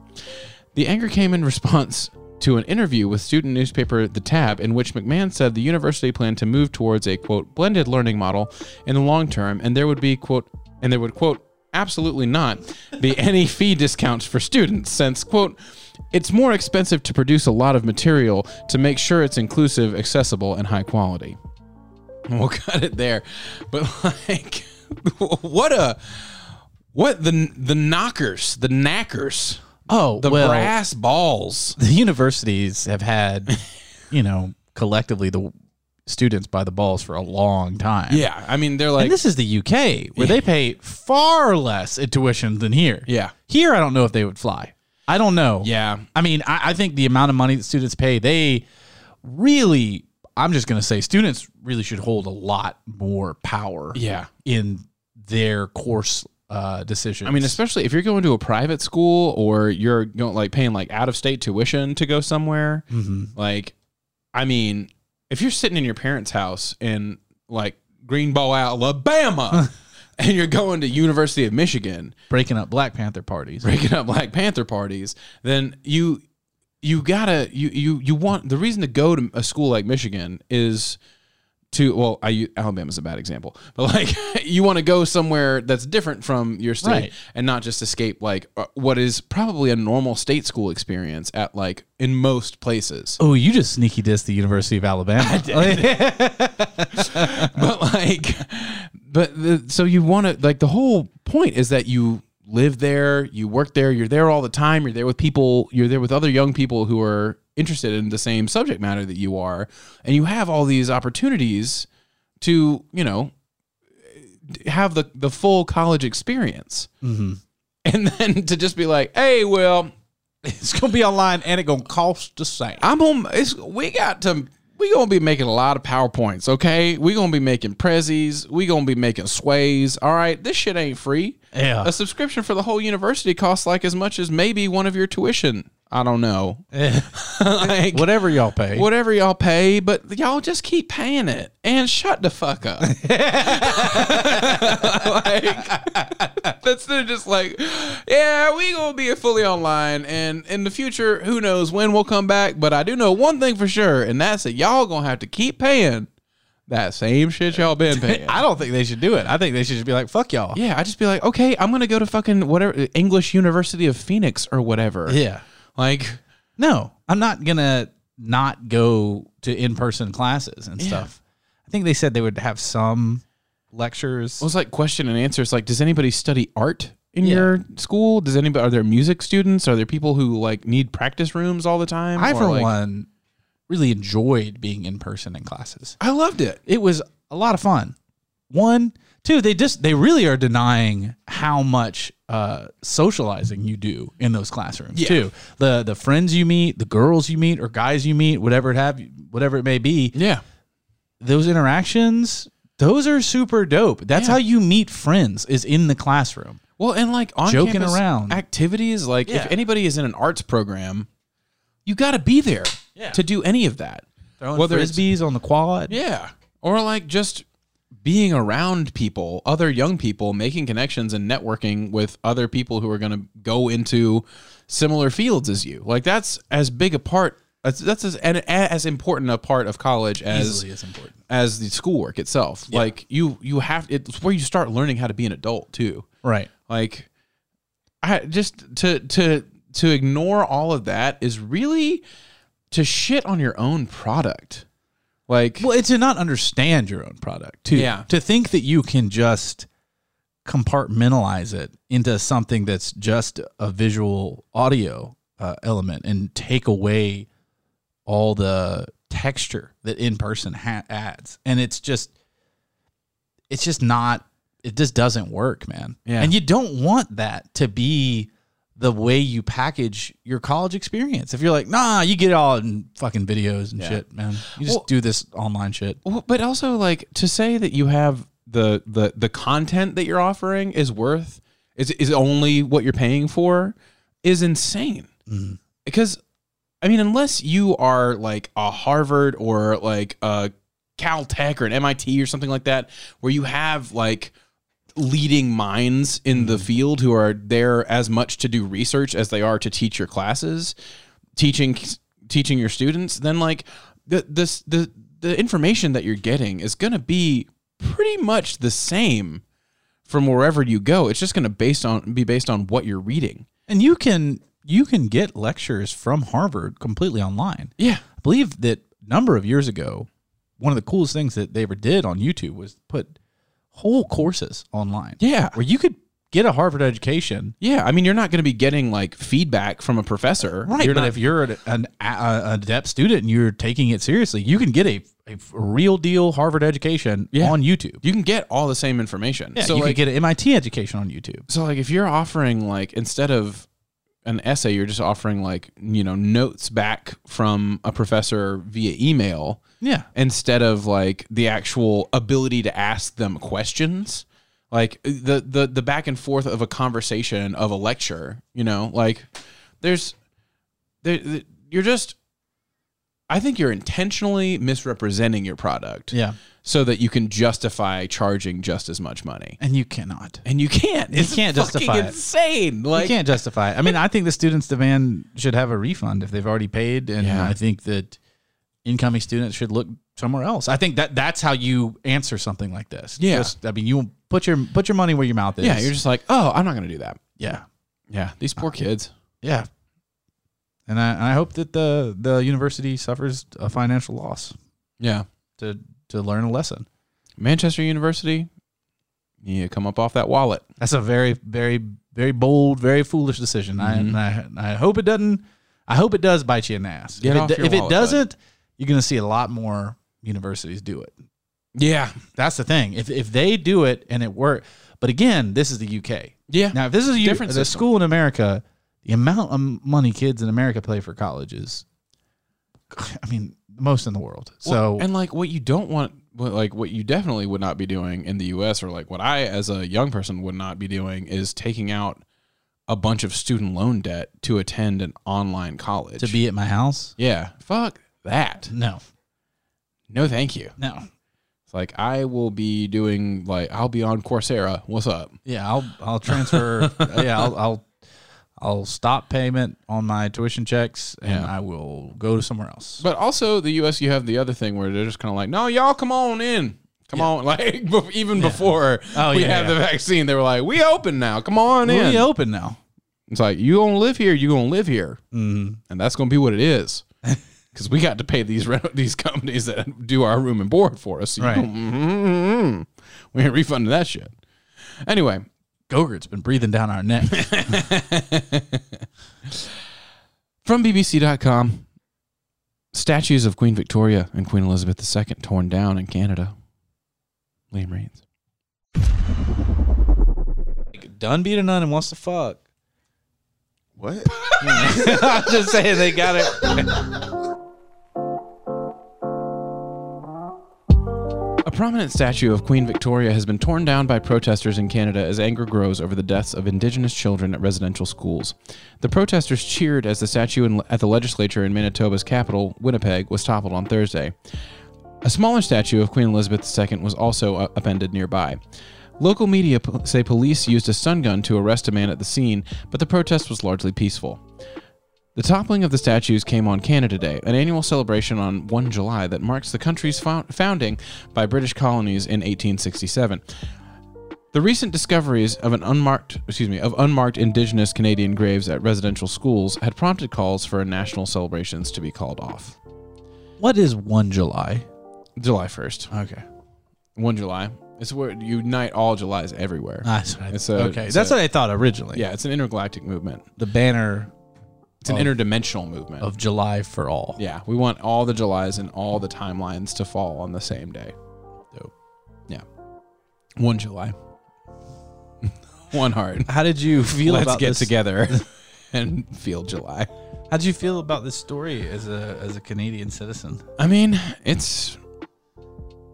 [SPEAKER 2] The anger came in response to an interview with student newspaper The Tab, in which McMahon said the university planned to move towards a quote blended learning model in the long term, and there would be quote and there would quote absolutely not be any fee discounts for students since quote it's more expensive to produce a lot of material to make sure it's inclusive, accessible, and high quality. We'll cut it there, but like, what a what the the knockers, the knackers
[SPEAKER 1] Oh,
[SPEAKER 2] the
[SPEAKER 1] well,
[SPEAKER 2] brass balls.
[SPEAKER 1] the universities have had, you know, collectively the students by the balls for a long time.
[SPEAKER 2] Yeah, I mean they're like
[SPEAKER 1] and this is the UK where they pay far less in tuition than here.
[SPEAKER 2] Yeah.
[SPEAKER 1] Here, I don't know if they would fly. I don't know.
[SPEAKER 2] Yeah.
[SPEAKER 1] I mean, I, I think the amount of money that students pay, they really, I'm just going to say, students really should hold a lot more power
[SPEAKER 2] yeah.
[SPEAKER 1] in their course uh, decisions.
[SPEAKER 2] I mean, especially if you're going to a private school or you're going like paying like out of state tuition to go somewhere.
[SPEAKER 1] Mm-hmm.
[SPEAKER 2] Like, I mean, if you're sitting in your parents' house in like Greenbow, Alabama, and you're going to University of Michigan,
[SPEAKER 1] breaking up Black Panther parties.
[SPEAKER 2] breaking up Black Panther parties, then you you gotta you you you want the reason to go to a school like Michigan is to well I Alabama's a bad example, but like you want to go somewhere that's different from your state
[SPEAKER 1] Right.
[SPEAKER 2] and not just escape like uh, what is probably a normal state school experience at like in most places.
[SPEAKER 1] Oh, you just sneaky dissed the University of Alabama.
[SPEAKER 2] but like but the, so you want to like the whole point is that you live there you work there you're there all the time you're there with people you're there with other young people who are interested in the same subject matter that you are and you have all these opportunities to you know have the the full college experience and then to just be like, hey, well,
[SPEAKER 1] It's gonna be online and it gonna cost the same.
[SPEAKER 2] I'm on. It's we got to. We gonna be making a lot of powerpoints. Okay, we gonna be making prezzies. We gonna be making sways. All right, this shit ain't free.
[SPEAKER 1] Yeah.
[SPEAKER 2] a subscription for the whole university costs like as much as maybe one of your tuition. I don't know. like,
[SPEAKER 1] Whatever y'all pay.
[SPEAKER 2] whatever y'all pay, but y'all just keep paying it and shut the fuck up. like, that's they're just like, yeah, we gonna be fully online, and in the future, who knows when we'll come back. But I do know one thing for sure, and that's that y'all gonna have to keep paying that same shit y'all been paying.
[SPEAKER 1] I don't think they should do it. I think they should just be like, fuck y'all.
[SPEAKER 2] yeah, I just be like, okay, I'm gonna go to fucking whatever English University of Phoenix or whatever.
[SPEAKER 1] Yeah.
[SPEAKER 2] like
[SPEAKER 1] No, I'm not gonna not go to in person classes and stuff. I think they said they would have some lectures.
[SPEAKER 2] It was like question and answers. Like, does anybody study art in
[SPEAKER 1] Yeah.
[SPEAKER 2] your school? Does anybody are there music students? Are there people who like need practice rooms all the time?
[SPEAKER 1] I
[SPEAKER 2] Or,
[SPEAKER 1] for
[SPEAKER 2] like-
[SPEAKER 1] one really enjoyed being in person in classes.
[SPEAKER 2] I loved it.
[SPEAKER 1] It was a lot of fun. One, two, they just they really are denying how much uh, socializing you do in those classrooms
[SPEAKER 2] Yeah.
[SPEAKER 1] too. The the friends you meet, the girls you meet, or guys you meet, whatever it have, whatever it may be.
[SPEAKER 2] Yeah,
[SPEAKER 1] those interactions those are super dope that's
[SPEAKER 2] Yeah.
[SPEAKER 1] how you meet friends is in the classroom
[SPEAKER 2] Well, and like on
[SPEAKER 1] Joking
[SPEAKER 2] campus
[SPEAKER 1] around.
[SPEAKER 2] activities, like
[SPEAKER 1] Yeah.
[SPEAKER 2] if anybody is in an arts program, you got to be there to do any of that.
[SPEAKER 1] throwing
[SPEAKER 2] Whether it's-
[SPEAKER 1] frisbees on the quad
[SPEAKER 2] Yeah, or like just being around people, other young people, making connections and networking with other people who are going to go into similar fields as you. Like that's as big a part. That's, that's as and as important a part of college as
[SPEAKER 1] Easily as important.
[SPEAKER 2] as the schoolwork itself. Like you, you have it's where you start learning how to be an adult too
[SPEAKER 1] right
[SPEAKER 2] like i just to to to ignore all of that is really to shit on your own product like
[SPEAKER 1] well it's to not understand your own product too
[SPEAKER 2] Yeah.
[SPEAKER 1] to think that you can just compartmentalize it into something that's just a visual audio uh, element and take away all the texture that in person ha- adds and it's just it's just not it just doesn't work man
[SPEAKER 2] Yeah.
[SPEAKER 1] and you don't want that to be the way you package your college experience if you're like nah you get it all in fucking videos and shit man you just
[SPEAKER 2] Well-
[SPEAKER 1] do this online shit
[SPEAKER 2] Well, but also like to say that you have the the the content that you're offering is worth is is only what you're paying for is insane because i mean unless you are like a harvard or like a caltech or an mit or something like that where you have like leading minds in the field who are there as much to do research as they are to teach your classes teaching teaching your students then like the this the the information that you're getting is going to be pretty much the same from wherever you go it's just going to based on be based on what you're reading
[SPEAKER 1] and you can you can get lectures from harvard completely online
[SPEAKER 2] yeah
[SPEAKER 1] I believe that a number of years ago, one of the coolest things that they ever did on YouTube was put whole courses online.
[SPEAKER 2] Yeah.
[SPEAKER 1] Where you could get a Harvard education.
[SPEAKER 2] yeah i mean you're not going to be getting like feedback from a professor
[SPEAKER 1] You're
[SPEAKER 2] you're
[SPEAKER 1] but
[SPEAKER 2] not,
[SPEAKER 1] if you're an, an a, an adept student and you're taking it seriously, you can get a, a real deal Harvard education
[SPEAKER 2] Yeah.
[SPEAKER 1] on YouTube.
[SPEAKER 2] you can get all the same information
[SPEAKER 1] so you
[SPEAKER 2] like,
[SPEAKER 1] could get an MIT education on YouTube.
[SPEAKER 2] so like if you're offering like instead of an essay you're just offering like you know notes back from a professor via email
[SPEAKER 1] Yeah.
[SPEAKER 2] instead of like the actual ability to ask them questions like the the the back and forth of a conversation of a lecture you know like there's there there- you're just i think you're intentionally misrepresenting your product
[SPEAKER 1] Yeah.
[SPEAKER 2] so that you can justify charging just as much money
[SPEAKER 1] And you cannot.
[SPEAKER 2] and you can't
[SPEAKER 1] You
[SPEAKER 2] it's
[SPEAKER 1] can't
[SPEAKER 2] fucking
[SPEAKER 1] justify it.
[SPEAKER 2] insane like
[SPEAKER 1] you can't justify it. I mean, I think the students demand should have a refund if they've already paid, and
[SPEAKER 2] Yeah.
[SPEAKER 1] I think that incoming students should look somewhere else. I think that that's how you answer something like this.
[SPEAKER 2] Yeah.
[SPEAKER 1] Just- I mean, you put your put your money where your mouth is.
[SPEAKER 2] yeah you're just like oh i'm not gonna do that
[SPEAKER 1] yeah,
[SPEAKER 2] yeah these poor kids
[SPEAKER 1] yeah. And I, and I hope that the the university suffers a financial loss
[SPEAKER 2] yeah
[SPEAKER 1] to to learn a lesson.
[SPEAKER 2] manchester university you come up off that wallet
[SPEAKER 1] That's a very very very bold, very foolish decision. I and I and I hope it doesn't. I hope it does bite you in the ass.
[SPEAKER 2] Mm-hmm. Get
[SPEAKER 1] if
[SPEAKER 2] off
[SPEAKER 1] it, do-
[SPEAKER 2] your
[SPEAKER 1] if it
[SPEAKER 2] wallet, bud.
[SPEAKER 1] doesn't, you're going to see a lot more universities do it.
[SPEAKER 2] yeah
[SPEAKER 1] That's the thing. If if they do it and it work, but again, this is the UK.
[SPEAKER 2] Yeah.
[SPEAKER 1] Now, if this is you,
[SPEAKER 2] Different
[SPEAKER 1] the
[SPEAKER 2] system.
[SPEAKER 1] school in America, the amount of money kids in America pay for college is, I mean, most in the world.
[SPEAKER 2] Well,
[SPEAKER 1] so
[SPEAKER 2] and like what you don't want, what, like what you definitely would not be doing in the U.S. or like what I, as a young person, would not be doing is taking out a bunch of student loan debt to attend an online college.
[SPEAKER 1] to be at my house,
[SPEAKER 2] yeah, fuck that.
[SPEAKER 1] no,
[SPEAKER 2] No, thank you.
[SPEAKER 1] no,
[SPEAKER 2] It's like I will be doing like I'll be on Coursera. What's up?
[SPEAKER 1] yeah, I'll I'll transfer, yeah, I'll. I'll I'll stop payment on my tuition checks and
[SPEAKER 2] Yeah.
[SPEAKER 1] I will go to somewhere else.
[SPEAKER 2] But also the U.S. You have the other thing where they're just kind of like, no, y'all come on in. Come on, like bef- even before
[SPEAKER 1] Oh,
[SPEAKER 2] we
[SPEAKER 1] yeah,
[SPEAKER 2] had the vaccine, they were like, "We open now. Come on in."
[SPEAKER 1] We open now.
[SPEAKER 2] It's like you gonna live here, you gonna live here, and that's gonna be what it is. Because we got to pay these rent, these companies that do our room and board for us. So you
[SPEAKER 1] Right.
[SPEAKER 2] don't- mm We ain't refunding that shit. Anyway,
[SPEAKER 1] Gogert's been breathing down our neck.
[SPEAKER 2] from BBC.com, statues of Queen Victoria and Queen Elizabeth II torn down in Canada. Liam reads.
[SPEAKER 1] Done beat a nun and wants to fuck.
[SPEAKER 7] What?
[SPEAKER 1] I'm just saying they got it.
[SPEAKER 2] A prominent statue of Queen Victoria has been torn down by protesters in Canada as anger grows over the deaths of Indigenous children at residential schools. The protesters cheered as the statue in, at the legislature in Manitoba's capital, Winnipeg, was toppled on Thursday. A smaller statue of Queen Elizabeth II was also uh, upended nearby. Local media po- say police used a stun gun to arrest a man at the scene, but the protest was largely peaceful. The toppling of the statues came on Canada Day, an annual celebration on 1 July that marks the country's found- founding by British colonies in 1867. The recent discoveries of an unmarked, excuse me, of unmarked indigenous Canadian graves at residential schools had prompted calls for national celebrations to be called off.
[SPEAKER 1] What is 1 July?
[SPEAKER 2] July 1st.
[SPEAKER 1] Okay.
[SPEAKER 2] 1 July. It's where you unite all Julys everywhere.
[SPEAKER 1] Ah, That's what I,
[SPEAKER 2] It's a-
[SPEAKER 1] okay.
[SPEAKER 2] it's
[SPEAKER 1] That's
[SPEAKER 2] a-
[SPEAKER 1] what I thought originally.
[SPEAKER 2] yeah, it's an intergalactic movement.
[SPEAKER 1] The banner
[SPEAKER 2] It's an interdimensional movement.
[SPEAKER 1] of July for all.
[SPEAKER 2] Yeah, we want all the Julys and all the timelines to fall on the same day.
[SPEAKER 1] Dope.
[SPEAKER 2] Yeah. One July. One heart.
[SPEAKER 1] How did you feel
[SPEAKER 2] Let's
[SPEAKER 1] about
[SPEAKER 2] get
[SPEAKER 1] this?
[SPEAKER 2] together and feel July.
[SPEAKER 1] How did you feel about this story as a as a Canadian citizen?
[SPEAKER 2] I mean, it's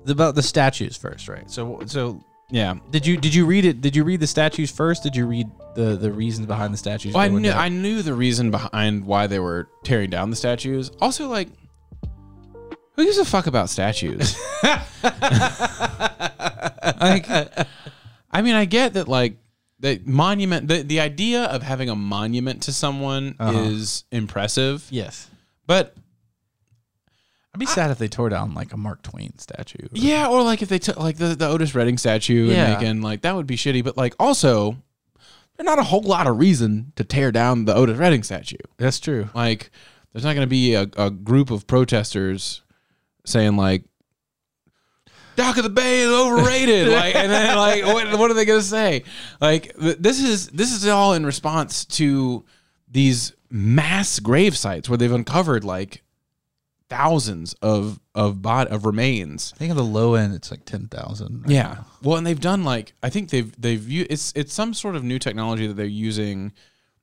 [SPEAKER 1] About the statues first, right? So so
[SPEAKER 2] yeah.
[SPEAKER 1] did you did you read it? Did you read the statues first? Did you read the the reasons behind the statues?
[SPEAKER 2] Well, I
[SPEAKER 1] going
[SPEAKER 2] knew
[SPEAKER 1] down?
[SPEAKER 2] I knew the reason behind why they were tearing down the statues. Also, like, who gives a fuck about statues? like, I mean, I get that, like, the monument, the, the idea of having a monument to someone is impressive,
[SPEAKER 1] yes.
[SPEAKER 2] but
[SPEAKER 1] I'd be sad if they tore down like a Mark Twain statue.
[SPEAKER 2] yeah, or like if they took like the, the Otis Redding statue in
[SPEAKER 1] Yeah.
[SPEAKER 2] Macon, like that would be shitty, but like also, there's not a whole lot of reason to tear down the Otis Redding statue.
[SPEAKER 1] that's true.
[SPEAKER 2] Like, there's not going to be a, a group of protesters saying like, "Dock of the Bay is overrated," like, and then like, what, what are they going to say? Like, th- this is this is all in response to these mass grave sites where they've uncovered like thousands of of bod of remains.
[SPEAKER 1] I think at the low end it's like ten thousand.
[SPEAKER 2] Yeah. Well, and they've done like I think they've they've u- it's it's some sort of new technology that they're using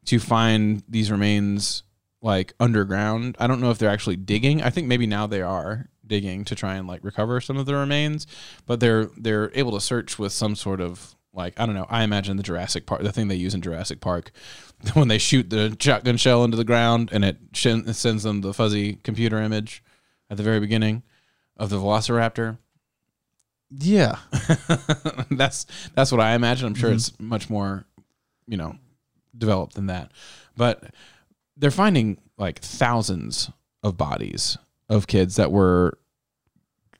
[SPEAKER 2] to find these remains like underground. I don't know if they're actually digging. I think maybe now they are digging to try and like recover some of the remains, but they're they're able to search with some sort of like I don't know. I imagine the Jurassic Park, the thing they use in Jurassic Park, when they shoot the shotgun shell into the ground and it shen- sends them the fuzzy computer image at the very beginning of the Velociraptor
[SPEAKER 1] Yeah.
[SPEAKER 2] that's that's what I imagine. I'm sure it's much more, you know, developed than that. But they're finding like thousands of bodies of kids that were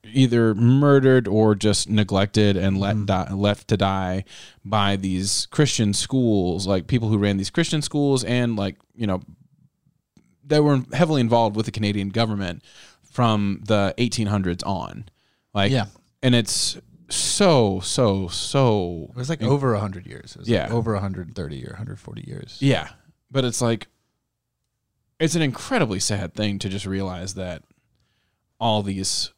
[SPEAKER 2] either murdered or just neglected and let die, left to die by these Christian schools, like people who ran these Christian schools and like, you know, they were heavily involved with the Canadian government from the 1800s on. Like
[SPEAKER 1] Yeah.
[SPEAKER 2] and it's so so so
[SPEAKER 1] It was like over 100 years. It was
[SPEAKER 2] Yeah.
[SPEAKER 1] Like over 130 or 140 years.
[SPEAKER 2] yeah, but it's like it's an incredibly sad thing to just realize that all these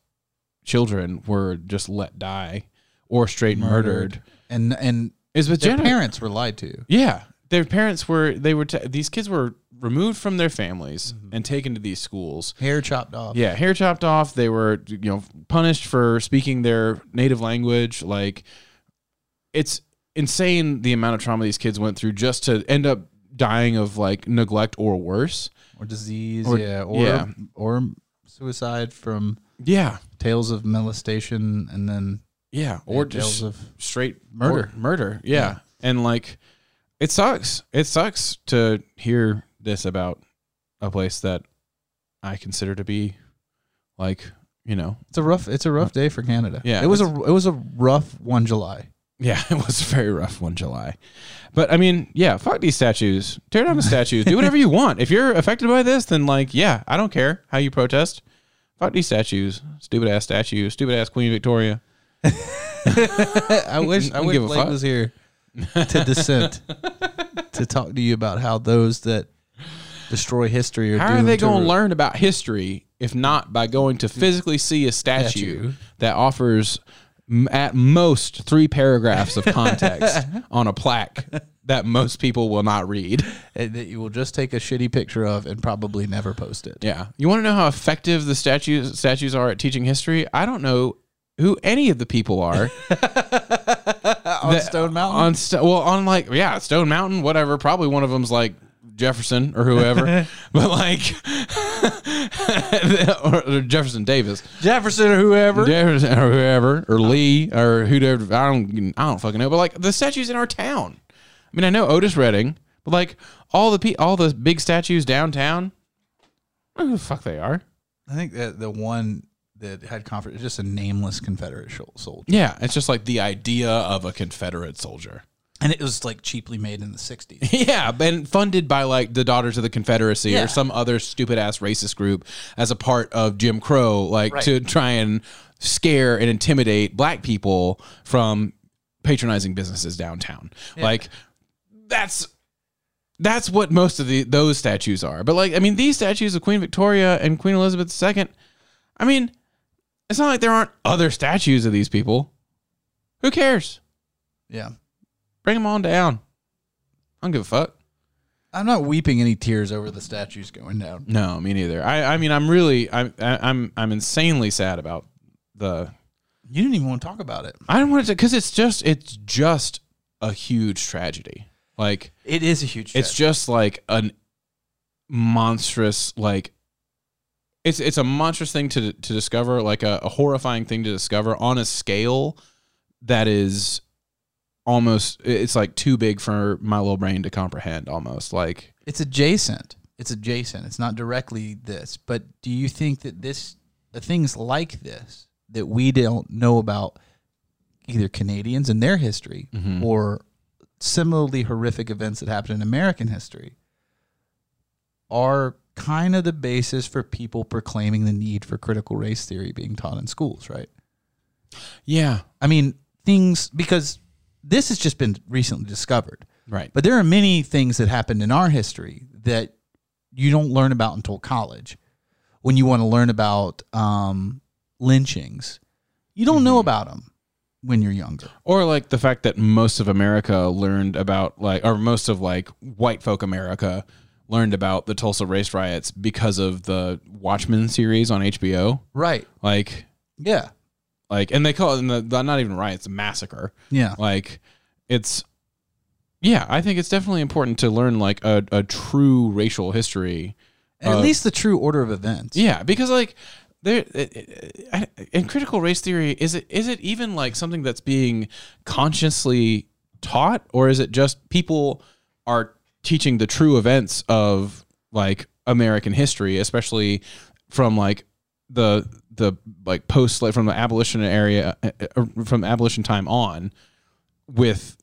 [SPEAKER 2] children were just let die or straight murdered.
[SPEAKER 1] And and
[SPEAKER 2] Is with
[SPEAKER 1] Their
[SPEAKER 2] Jennifer.
[SPEAKER 1] parents were lied to.
[SPEAKER 2] Yeah, their parents were they were t- these kids were removed from their families
[SPEAKER 1] Mm-hmm.
[SPEAKER 2] and taken to these schools.
[SPEAKER 1] Hair chopped off.
[SPEAKER 2] Yeah, hair chopped off. They were you know punished for speaking their native language. Like it's insane the amount of trauma these kids went through just to end up dying of like neglect or worse.
[SPEAKER 1] Or disease.
[SPEAKER 2] Or-
[SPEAKER 1] yeah. Or
[SPEAKER 2] yeah.
[SPEAKER 1] or suicide from
[SPEAKER 2] Yeah.
[SPEAKER 1] tales of molestation and then
[SPEAKER 2] Yeah, or
[SPEAKER 1] tales
[SPEAKER 2] just
[SPEAKER 1] of
[SPEAKER 2] straight
[SPEAKER 1] murder.
[SPEAKER 2] or murder. Yeah. and like it sucks. It sucks to hear this about a place that I consider to be like you know.
[SPEAKER 1] it's a rough it's a rough day for Canada.
[SPEAKER 2] Yeah,
[SPEAKER 1] It was a it was a rough one July.
[SPEAKER 2] Yeah, it was a very rough one July, but I mean, yeah, fuck these statues. Tear down the statues. Do whatever you want. If you're affected by this, then like, yeah, I don't care how you protest. Fuck these statues. Stupid ass statue. Stupid ass Queen Victoria.
[SPEAKER 1] I wish I
[SPEAKER 2] Don't
[SPEAKER 1] wish
[SPEAKER 2] give a
[SPEAKER 1] Blake
[SPEAKER 2] fuck.
[SPEAKER 1] was here to dissent to talk to you about how those that destroy history are
[SPEAKER 2] How are they going
[SPEAKER 1] to
[SPEAKER 2] to learn about history if not by going to physically see a statue,
[SPEAKER 1] Statue.
[SPEAKER 2] that offers m- at most three paragraphs of context on a plaque that most people will not read?
[SPEAKER 1] and that you will just take a shitty picture of and probably never post it.
[SPEAKER 2] Yeah. You want to know how effective the statues statues are at teaching history? I don't know who any of the people are
[SPEAKER 1] On Stone Mountain.
[SPEAKER 2] on st- well on like yeah Stone Mountain whatever. Probably one of them's like Jefferson or whoever, but like or Jefferson Davis.
[SPEAKER 1] Jefferson or whoever.
[SPEAKER 2] Jefferson or whoever or Lee or whoever I don't I don't fucking know. But like the statues in our town. I mean, I know Otis Redding, but like all the pe- all the big statues downtown. I don't know who the fuck they are.
[SPEAKER 1] I think that the one that had comfort is just a nameless Confederate shol- soldier,
[SPEAKER 2] Yeah, it's just like the idea of a Confederate soldier.
[SPEAKER 1] and it was like cheaply made in the '60s.
[SPEAKER 2] Yeah, and funded by like the Daughters of the Confederacy or some other stupid ass racist group as a part of Jim Crow, like to try and scare and intimidate black people from patronizing businesses downtown. Like that's that's what most of the those statues are. But like I mean these statues of Queen Victoria and Queen Elizabeth II, I mean, it's not like there aren't other statues of these people. Who cares?
[SPEAKER 1] Yeah,
[SPEAKER 2] Bring them on down. I don't give a fuck.
[SPEAKER 1] I'm not weeping any tears over the statues going down.
[SPEAKER 2] No, me neither. I, I mean, I'm really, I'm, I- I'm, I'm insanely sad about the.
[SPEAKER 1] You didn't even want to talk about it.
[SPEAKER 2] I don't want to, because it's just, it's just a huge tragedy. Like,
[SPEAKER 1] It is a huge.
[SPEAKER 2] it's just like an monstrous, like, it's it's a monstrous thing to to discover, like a, a horrifying thing to discover on a scale that is almost, it's like too big for my little brain to comprehend. Almost like
[SPEAKER 1] it's adjacent. It's adjacent. It's not directly this, but do you think that this the things like this that we don't know about either Canadians and their history or similarly horrific events that happened in American history are kind of the basis for people proclaiming the need for critical race theory being taught in schools, right?
[SPEAKER 2] Yeah.
[SPEAKER 1] I mean, things because this has just been recently discovered.
[SPEAKER 2] Right.
[SPEAKER 1] But there are many things that happened in our history that you don't learn about until college. When you want to learn about um, lynchings, you don't know about them when you're younger.
[SPEAKER 2] or like the fact that most of America learned about like or most of like white folk America learned about the Tulsa race riots because of the Watchmen series on HBO.
[SPEAKER 1] Right.
[SPEAKER 2] Like
[SPEAKER 1] Yeah.
[SPEAKER 2] like and they call it and the, the- not even riots, a massacre.
[SPEAKER 1] Yeah.
[SPEAKER 2] Like it's yeah, I think it's definitely important to learn like a, a true racial history
[SPEAKER 1] At least the true order of events.
[SPEAKER 2] Yeah, because like there it- it- I- in critical race theory is it is it even like something that's being consciously taught or is it just people are teaching the true events of like American history, especially from like the the like post like from the abolition area uh, uh, from abolition time on with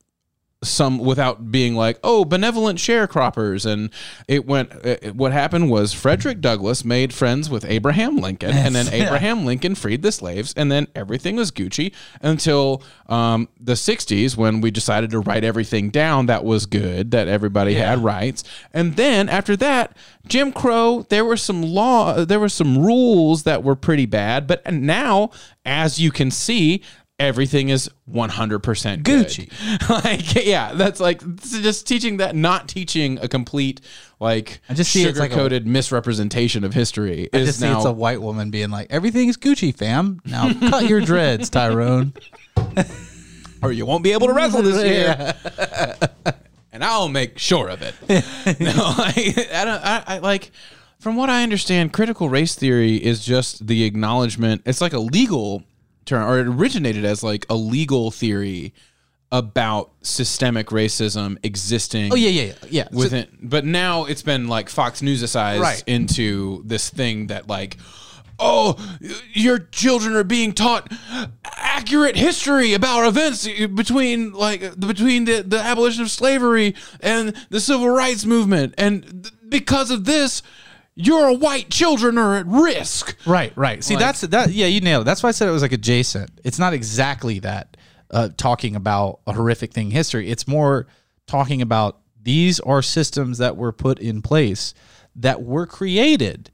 [SPEAKER 2] some without being like, oh, benevolent sharecroppers. And it went, uh, it, what happened was Frederick Douglass made friends with Abraham Lincoln, and then Abraham Lincoln freed the slaves, and then everything was Gucci until um, the 60s when we decided to write everything down that was good, that everybody had rights. And then after that, Jim Crow, there were some law, there were some rules that were pretty bad. But now, as you can see, everything is 100% good.
[SPEAKER 1] Gucci.
[SPEAKER 2] like yeah, that's like this is just teaching that not teaching a complete like
[SPEAKER 1] I just see it's like a-
[SPEAKER 2] sugar-coated misrepresentation of history
[SPEAKER 1] I
[SPEAKER 2] is
[SPEAKER 1] just see
[SPEAKER 2] now
[SPEAKER 1] it's a white woman being like, everything's Gucci, fam. Now cut your dreads, Tyrone.
[SPEAKER 2] or you won't be able to wrestle this year.
[SPEAKER 1] Yeah.
[SPEAKER 2] and I'll make sure of it. no, I, I don't. I, I like. From what I understand, critical race theory is just the acknowledgement. It's like a legal term, or it originated as like a legal theory about systemic racism existing.
[SPEAKER 1] Oh yeah, yeah, yeah. yeah. So-
[SPEAKER 2] Within, but now it's been like Fox News sized
[SPEAKER 1] Right.
[SPEAKER 2] into this thing that like, oh, your children are being taught accurate history about events between like between the, the abolition of slavery and the civil rights movement, and th- because of this, your white children are at risk.
[SPEAKER 1] Right, right. See,
[SPEAKER 2] Like-
[SPEAKER 1] that's that. Yeah, you nailed it. That's why I said it was like adjacent. It's not exactly that uh, talking about a horrific thing in history. It's more talking about these are systems that were put in place that were created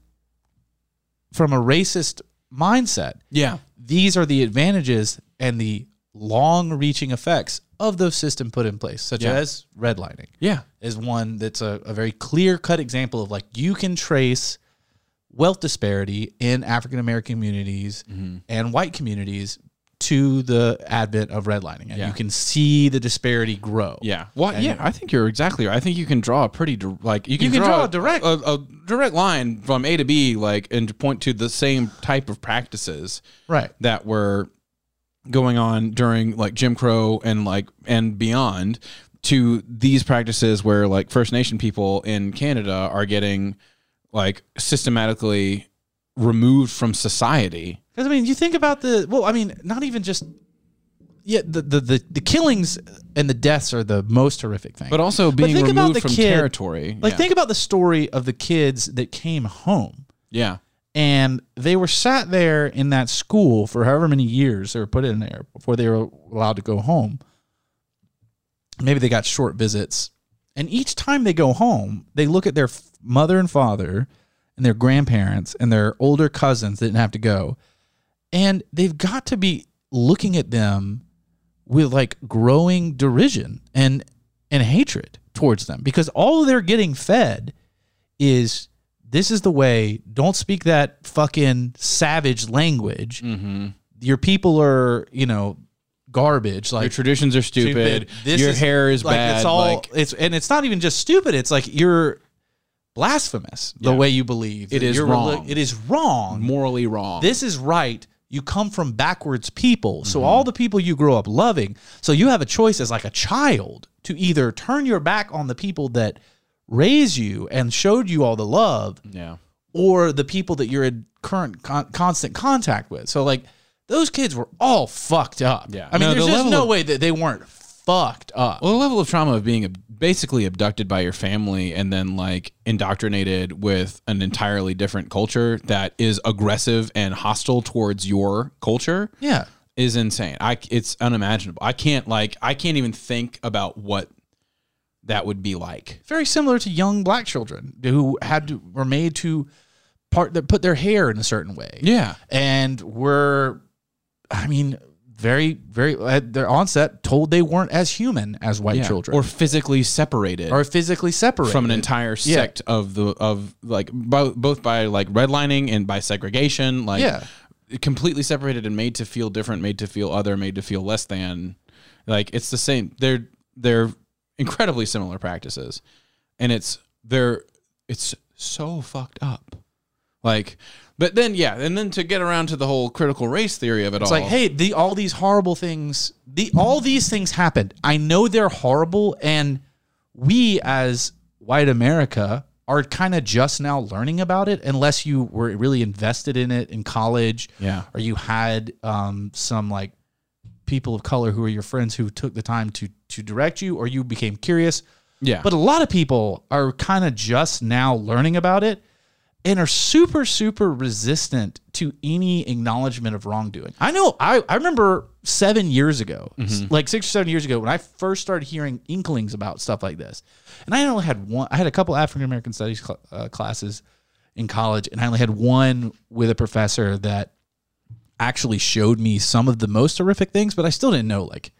[SPEAKER 1] from a racist mindset.
[SPEAKER 2] Yeah,
[SPEAKER 1] These are the advantages and the long-reaching effects of those systems put in place, such
[SPEAKER 2] Yeah.
[SPEAKER 1] as redlining
[SPEAKER 2] yeah,
[SPEAKER 1] is one that's a, a very clear cut example of like you can trace wealth disparity in African American communities
[SPEAKER 2] Mm-hmm.
[SPEAKER 1] and white communities to the advent of redlining. And
[SPEAKER 2] Yeah.
[SPEAKER 1] you can see the disparity grow.
[SPEAKER 2] Yeah. Well, yeah, I think you're exactly right. I think you can draw a pretty dir- like you can,
[SPEAKER 1] can draw
[SPEAKER 2] a
[SPEAKER 1] a direct-
[SPEAKER 2] a, a direct line from A to B like and to point to the same type of practices
[SPEAKER 1] Right.
[SPEAKER 2] that were going on during like Jim Crow and like and beyond to these practices where like First Nation people in Canada are getting like systematically removed from society.
[SPEAKER 1] Because I mean, you think about the well. I mean, not even just yeah. The the the, the killings and the deaths are the most horrific thing.
[SPEAKER 2] But also being
[SPEAKER 1] think about
[SPEAKER 2] removed
[SPEAKER 1] the
[SPEAKER 2] from
[SPEAKER 1] kid-
[SPEAKER 2] territory.
[SPEAKER 1] like
[SPEAKER 2] yeah.
[SPEAKER 1] think about the story of the kids that came home.
[SPEAKER 2] yeah.
[SPEAKER 1] and they were sat there in that school for however many years they were put in there before they were allowed to go home. Maybe they got short visits, and each time they go home, they look at their f- mother and father, and their grandparents and their older cousins that didn't have to go, and they've got to be looking at them with like growing derision and and hatred towards them because all they're getting fed is this is the way. Don't speak that fucking savage language. Your people are, you know, garbage. Like
[SPEAKER 2] Your traditions are stupid.
[SPEAKER 1] This
[SPEAKER 2] Your hair is
[SPEAKER 1] like,
[SPEAKER 2] bad.
[SPEAKER 1] It's all
[SPEAKER 2] like,
[SPEAKER 1] it's and it's not even just stupid. It's like you're blasphemous the
[SPEAKER 2] Yeah.
[SPEAKER 1] way you believe.
[SPEAKER 2] It is
[SPEAKER 1] You're
[SPEAKER 2] wrong.
[SPEAKER 1] reli- It is wrong.
[SPEAKER 2] morally wrong.
[SPEAKER 1] This is right. You come from backwards people. So all
[SPEAKER 2] Mm-hmm.
[SPEAKER 1] the people you grow up loving. So you have a choice as like a child to either turn your back on the people that raised you and showed you all the love
[SPEAKER 2] yeah.
[SPEAKER 1] or the people that you're in current con- constant contact with. So like those kids were all fucked up.
[SPEAKER 2] Yeah.
[SPEAKER 1] I mean,
[SPEAKER 2] No,
[SPEAKER 1] there's
[SPEAKER 2] the
[SPEAKER 1] just
[SPEAKER 2] level
[SPEAKER 1] no
[SPEAKER 2] of-
[SPEAKER 1] way that they weren't fucked up.
[SPEAKER 2] Well, the level of trauma of being ab- basically abducted by your family and then like indoctrinated with an entirely different culture that is aggressive and hostile towards your culture
[SPEAKER 1] yeah.
[SPEAKER 2] is insane. I it's unimaginable. I can't like I can't even think about what that would be like.
[SPEAKER 1] Very similar to young black children who had to were made to part that put their hair in a certain way.
[SPEAKER 2] Yeah.
[SPEAKER 1] And were I mean, very very at their onset told they weren't as human as white
[SPEAKER 2] yeah.
[SPEAKER 1] children
[SPEAKER 2] Or physically separated.
[SPEAKER 1] or physically separated
[SPEAKER 2] from an entire
[SPEAKER 1] Yeah.
[SPEAKER 2] sect of the of like both both by like redlining and by segregation like
[SPEAKER 1] Yeah.
[SPEAKER 2] completely separated and made to feel different made to feel other made to feel less than like it's the same they're they're incredibly similar practices and it's they're it's so fucked up like but then yeah and then to get around to the whole critical race theory of it
[SPEAKER 1] It's
[SPEAKER 2] all
[SPEAKER 1] like, hey, the all these horrible things, the all these things happened. I know they're horrible, and we as white America are kind of just now learning about it, unless you were really invested in it in college,
[SPEAKER 2] Yeah.
[SPEAKER 1] or you had um, some like people of color who are your friends who took the time to to direct you, or you became curious.
[SPEAKER 2] yeah
[SPEAKER 1] But a lot of people are kind of just now learning about it and are super, super resistant to any acknowledgement of wrongdoing. I know, I, I remember seven years ago, s- like six or seven years ago, when I first started hearing inklings about stuff like this. And I only had one, I had a couple African American studies cl- uh, classes in college, and I only had one with a professor that actually showed me some of the most horrific things, but I still didn't know like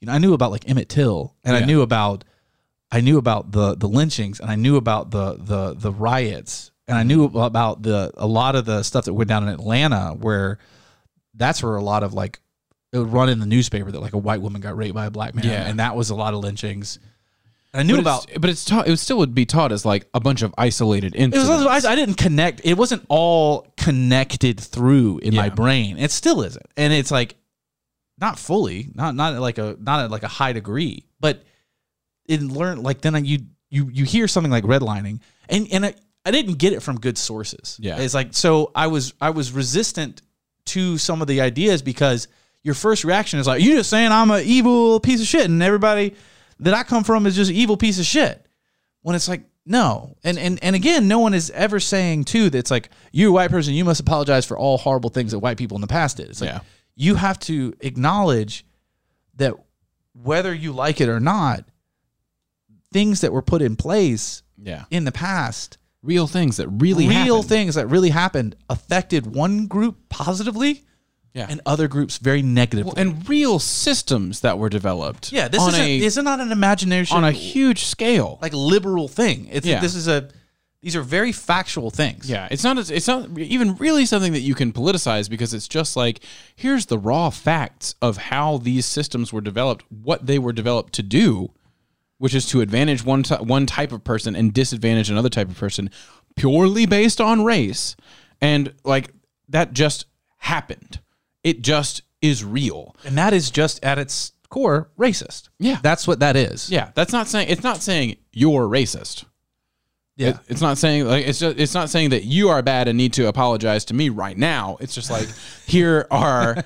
[SPEAKER 1] you know, I knew about like Emmett Till and I
[SPEAKER 2] Yeah.
[SPEAKER 1] knew about I knew about the the lynchings and I knew about the the the riots and I knew about the a lot of the stuff that went down in Atlanta where that's where a lot of like it would run in the newspaper that like a white woman got raped by a black man
[SPEAKER 2] Yeah.
[SPEAKER 1] and that was a lot of lynchings. And I knew
[SPEAKER 2] But
[SPEAKER 1] about
[SPEAKER 2] it's, but it's taught. It would still would be taught as like a bunch of isolated
[SPEAKER 1] it was
[SPEAKER 2] incidents.
[SPEAKER 1] otherwise I didn't connect. It wasn't all connected through in my
[SPEAKER 2] Yeah.
[SPEAKER 1] brain. It still isn't, and it's like not fully, not not at like a not at like a high degree, but it learned like then I, you you you hear something like redlining, and and I, I didn't get it from good sources.
[SPEAKER 2] Yeah.
[SPEAKER 1] it's like so I was I was resistant to some of the ideas because your first reaction is like you're just saying I'm an evil piece of shit, and everybody that I come from is just an evil piece of shit when it's like no and and and again no one is ever saying too that's like you white person you must apologize for all horrible things that white people in the past did it's like
[SPEAKER 2] Yeah.
[SPEAKER 1] you have to acknowledge that whether you like it or not things that were put in place
[SPEAKER 2] yeah,
[SPEAKER 1] in the past
[SPEAKER 2] real things that really
[SPEAKER 1] real
[SPEAKER 2] happened.
[SPEAKER 1] things that really happened affected one group positively
[SPEAKER 2] Yeah.
[SPEAKER 1] and other groups very negatively
[SPEAKER 2] Well, and real systems that were developed.
[SPEAKER 1] yeah this
[SPEAKER 2] on
[SPEAKER 1] isn't,
[SPEAKER 2] a
[SPEAKER 1] this is not an imagination
[SPEAKER 2] on a huge scale.
[SPEAKER 1] like liberal thing it's
[SPEAKER 2] Yeah.
[SPEAKER 1] this is a these are very factual things
[SPEAKER 2] yeah, it's not. It's not even really something that you can politicize because it's just like here's the raw facts of how these systems were developed, what they were developed to do, which is to advantage one ty- one type of person and disadvantage another type of person, purely based on race, and like that just happened. It just is real.
[SPEAKER 1] And that is just at its core racist.
[SPEAKER 2] Yeah.
[SPEAKER 1] That's what that is.
[SPEAKER 2] Yeah, that's not saying it's not saying you're racist.
[SPEAKER 1] Yeah.
[SPEAKER 2] It- it's not saying like it's just it's not saying that you are bad and need to apologize to me right now. It's just like here are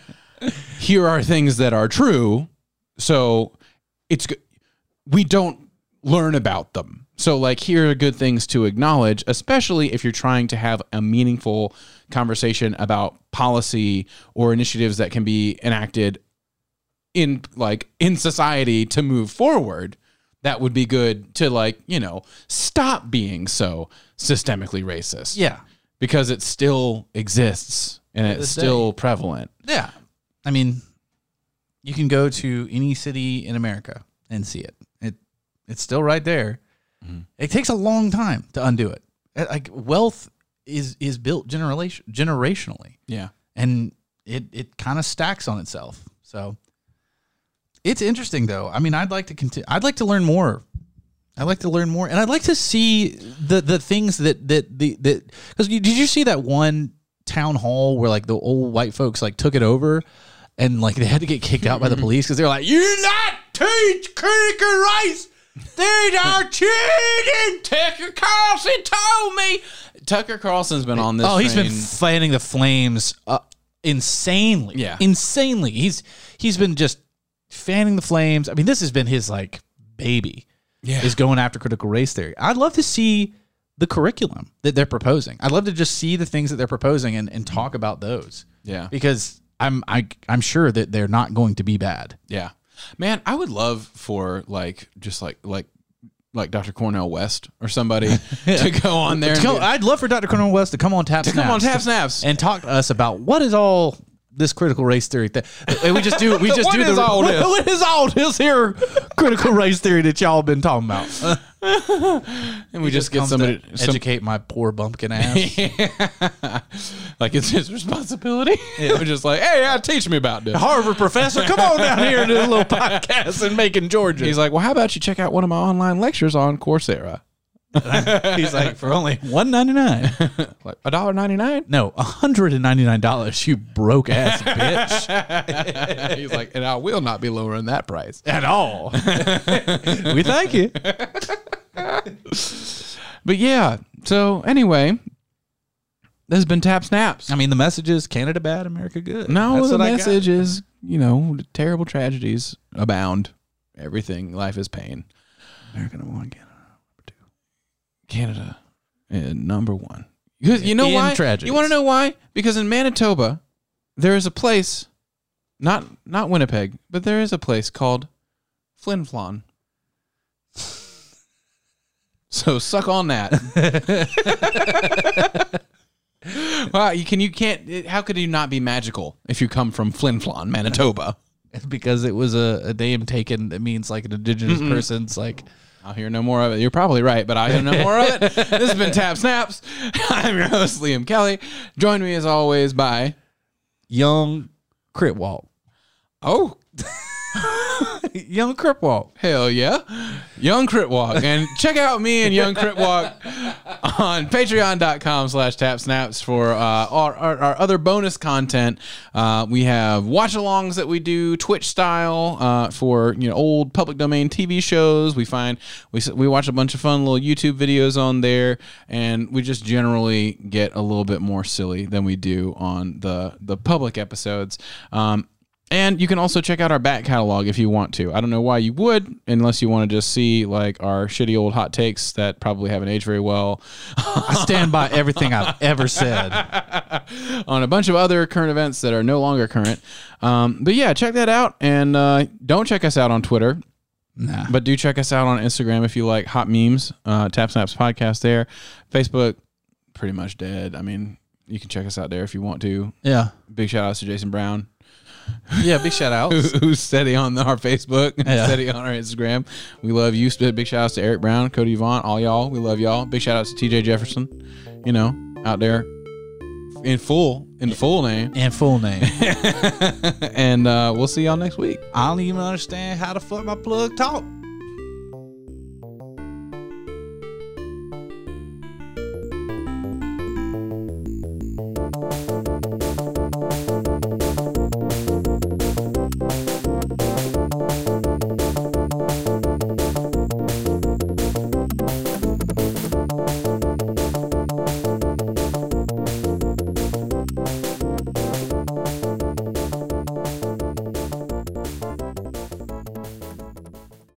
[SPEAKER 2] here are things that are true. So it's g- we don't learn about them. So like here are good things to acknowledge, especially if you're trying to have a meaningful conversation about policy or initiatives that can be enacted in like in society to move forward that would be good to like you know stop being so systemically racist
[SPEAKER 1] Yeah.
[SPEAKER 2] because it still exists and it's
[SPEAKER 1] this
[SPEAKER 2] still prevalent
[SPEAKER 1] Yeah. I mean, you can go to any city in America and see it. It it's still right there. It takes a long time to undo it. Uh, Like wealth is is built generation generationally.
[SPEAKER 2] yeah
[SPEAKER 1] and it it kind of stacks on itself. So it's interesting though. I mean, I'd like to continue. I'd like to learn more. I'd like to learn more, and I'd like to see the the things that that the that because did you see that one town hall where like the old white folks like took it over, and like they had to get kicked out by the police because they're like, "You're not teach critical rights." They are children.
[SPEAKER 2] tucker carlson told me tucker carlson's been on this
[SPEAKER 1] Oh, he's been
[SPEAKER 2] train.
[SPEAKER 1] fanning the flames uh, insanely.
[SPEAKER 2] Yeah.
[SPEAKER 1] insanely. He's he's been just fanning the flames. I mean, this has been his like baby.
[SPEAKER 2] Yeah.
[SPEAKER 1] is going after critical race theory. I'd love to see the curriculum that they're proposing. I'd love to just see the things that they're proposing and, and talk about those.
[SPEAKER 2] Yeah.
[SPEAKER 1] because I'm I I'm sure that they're not going to be bad.
[SPEAKER 2] Yeah. Man, I would love for like just like like like Dr. Cornell West or somebody to go on there. and
[SPEAKER 1] Come-
[SPEAKER 2] be-
[SPEAKER 1] I'd love for Dr. Cornel West to come on tap.
[SPEAKER 2] To come on
[SPEAKER 1] Snaps
[SPEAKER 2] Tap Snaps.
[SPEAKER 1] and talk to us about what is all this critical race theory thing. And we just do we just
[SPEAKER 2] What
[SPEAKER 1] do
[SPEAKER 2] is
[SPEAKER 1] the
[SPEAKER 2] all this?
[SPEAKER 1] what is all this here critical race theory that y'all been talking about.
[SPEAKER 2] and we just get somebody
[SPEAKER 1] to
[SPEAKER 2] some-
[SPEAKER 1] educate my poor bumpkin ass.
[SPEAKER 2] like it's his responsibility. We're just like, hey, yeah, teach me about this.
[SPEAKER 1] Harvard professor, come on down here and do a little podcast in Macon, Georgia.
[SPEAKER 2] He's like, well, how about you check out one of my online lectures on Coursera?
[SPEAKER 1] he's like for only one ninety nine.
[SPEAKER 2] Like a dollar ninety nine.
[SPEAKER 1] No, hundred and ninety nine dollars. You broke ass bitch
[SPEAKER 2] He's like, and I will not be lowering that price.
[SPEAKER 1] at all. we thank you.
[SPEAKER 2] But yeah, so anyway, this has been Tap Snaps.
[SPEAKER 1] I mean, the message is Canada bad, America good.
[SPEAKER 2] No,
[SPEAKER 1] That's
[SPEAKER 2] the
[SPEAKER 1] what I got.
[SPEAKER 2] message is you know terrible tragedies abound. Everything, life is pain. America number one, Canada number two. Canada and number one. Because you know
[SPEAKER 1] In
[SPEAKER 2] why?
[SPEAKER 1] tragedies.
[SPEAKER 2] You want to know why? Because in Manitoba, there is a place, not not Winnipeg, but there is a place called Flin Flon. So suck on that. Wow, you can you can't. It, how could you not be magical if you come from Flin Flon, Manitoba?
[SPEAKER 8] because it was a, a name taken that means like an indigenous person's like
[SPEAKER 2] I'll hear no more of it. You're probably right, but I'll hear no more of it. This has been Tap Snaps. I'm your host Liam Kelly. Join me as always by
[SPEAKER 8] young crit walk.
[SPEAKER 2] oh
[SPEAKER 8] Young crit walk.
[SPEAKER 2] Hell yeah. Young Crit Walk. And check out me and Young Crit Walk on patreon.com slash tapsnaps for uh, our, our, our other bonus content. Uh, we have watch-alongs that we do Twitch style uh, for, you know, old public domain TV shows. We find, we, s- we watch a bunch of fun little YouTube videos on there and we just generally get a little bit more silly than we do on the, the public episodes. Um, and you can also check out our back catalog if you want to. I don't know why you would, unless you want to just see like our shitty old hot takes that probably haven't aged very well,
[SPEAKER 8] I stand by everything I've ever said.
[SPEAKER 2] on a bunch of other current events that are no longer current. Um, but yeah, check that out, and uh, don't check us out on Twitter. Nah. But do check us out on Instagram if you like hot memes. Uh, Tap Snaps podcast there, Facebook, pretty much dead. I mean, you can check us out there if you want to.
[SPEAKER 8] Yeah.
[SPEAKER 2] Big shout outs to Jason Brown.
[SPEAKER 8] Yeah, big shout out.
[SPEAKER 2] who- who's steady on our Facebook and
[SPEAKER 8] Yeah.
[SPEAKER 2] steady on our Instagram. We love you. Sp- Big shout outs to Eric Brown, Cody Vaughn, all y'all. We love y'all. Big shout outs to TJ Jefferson, you know, out there in full, in full name.
[SPEAKER 8] And full name.
[SPEAKER 2] and uh, we'll see y'all next week.
[SPEAKER 8] I don't even understand how the fuck my plug talk.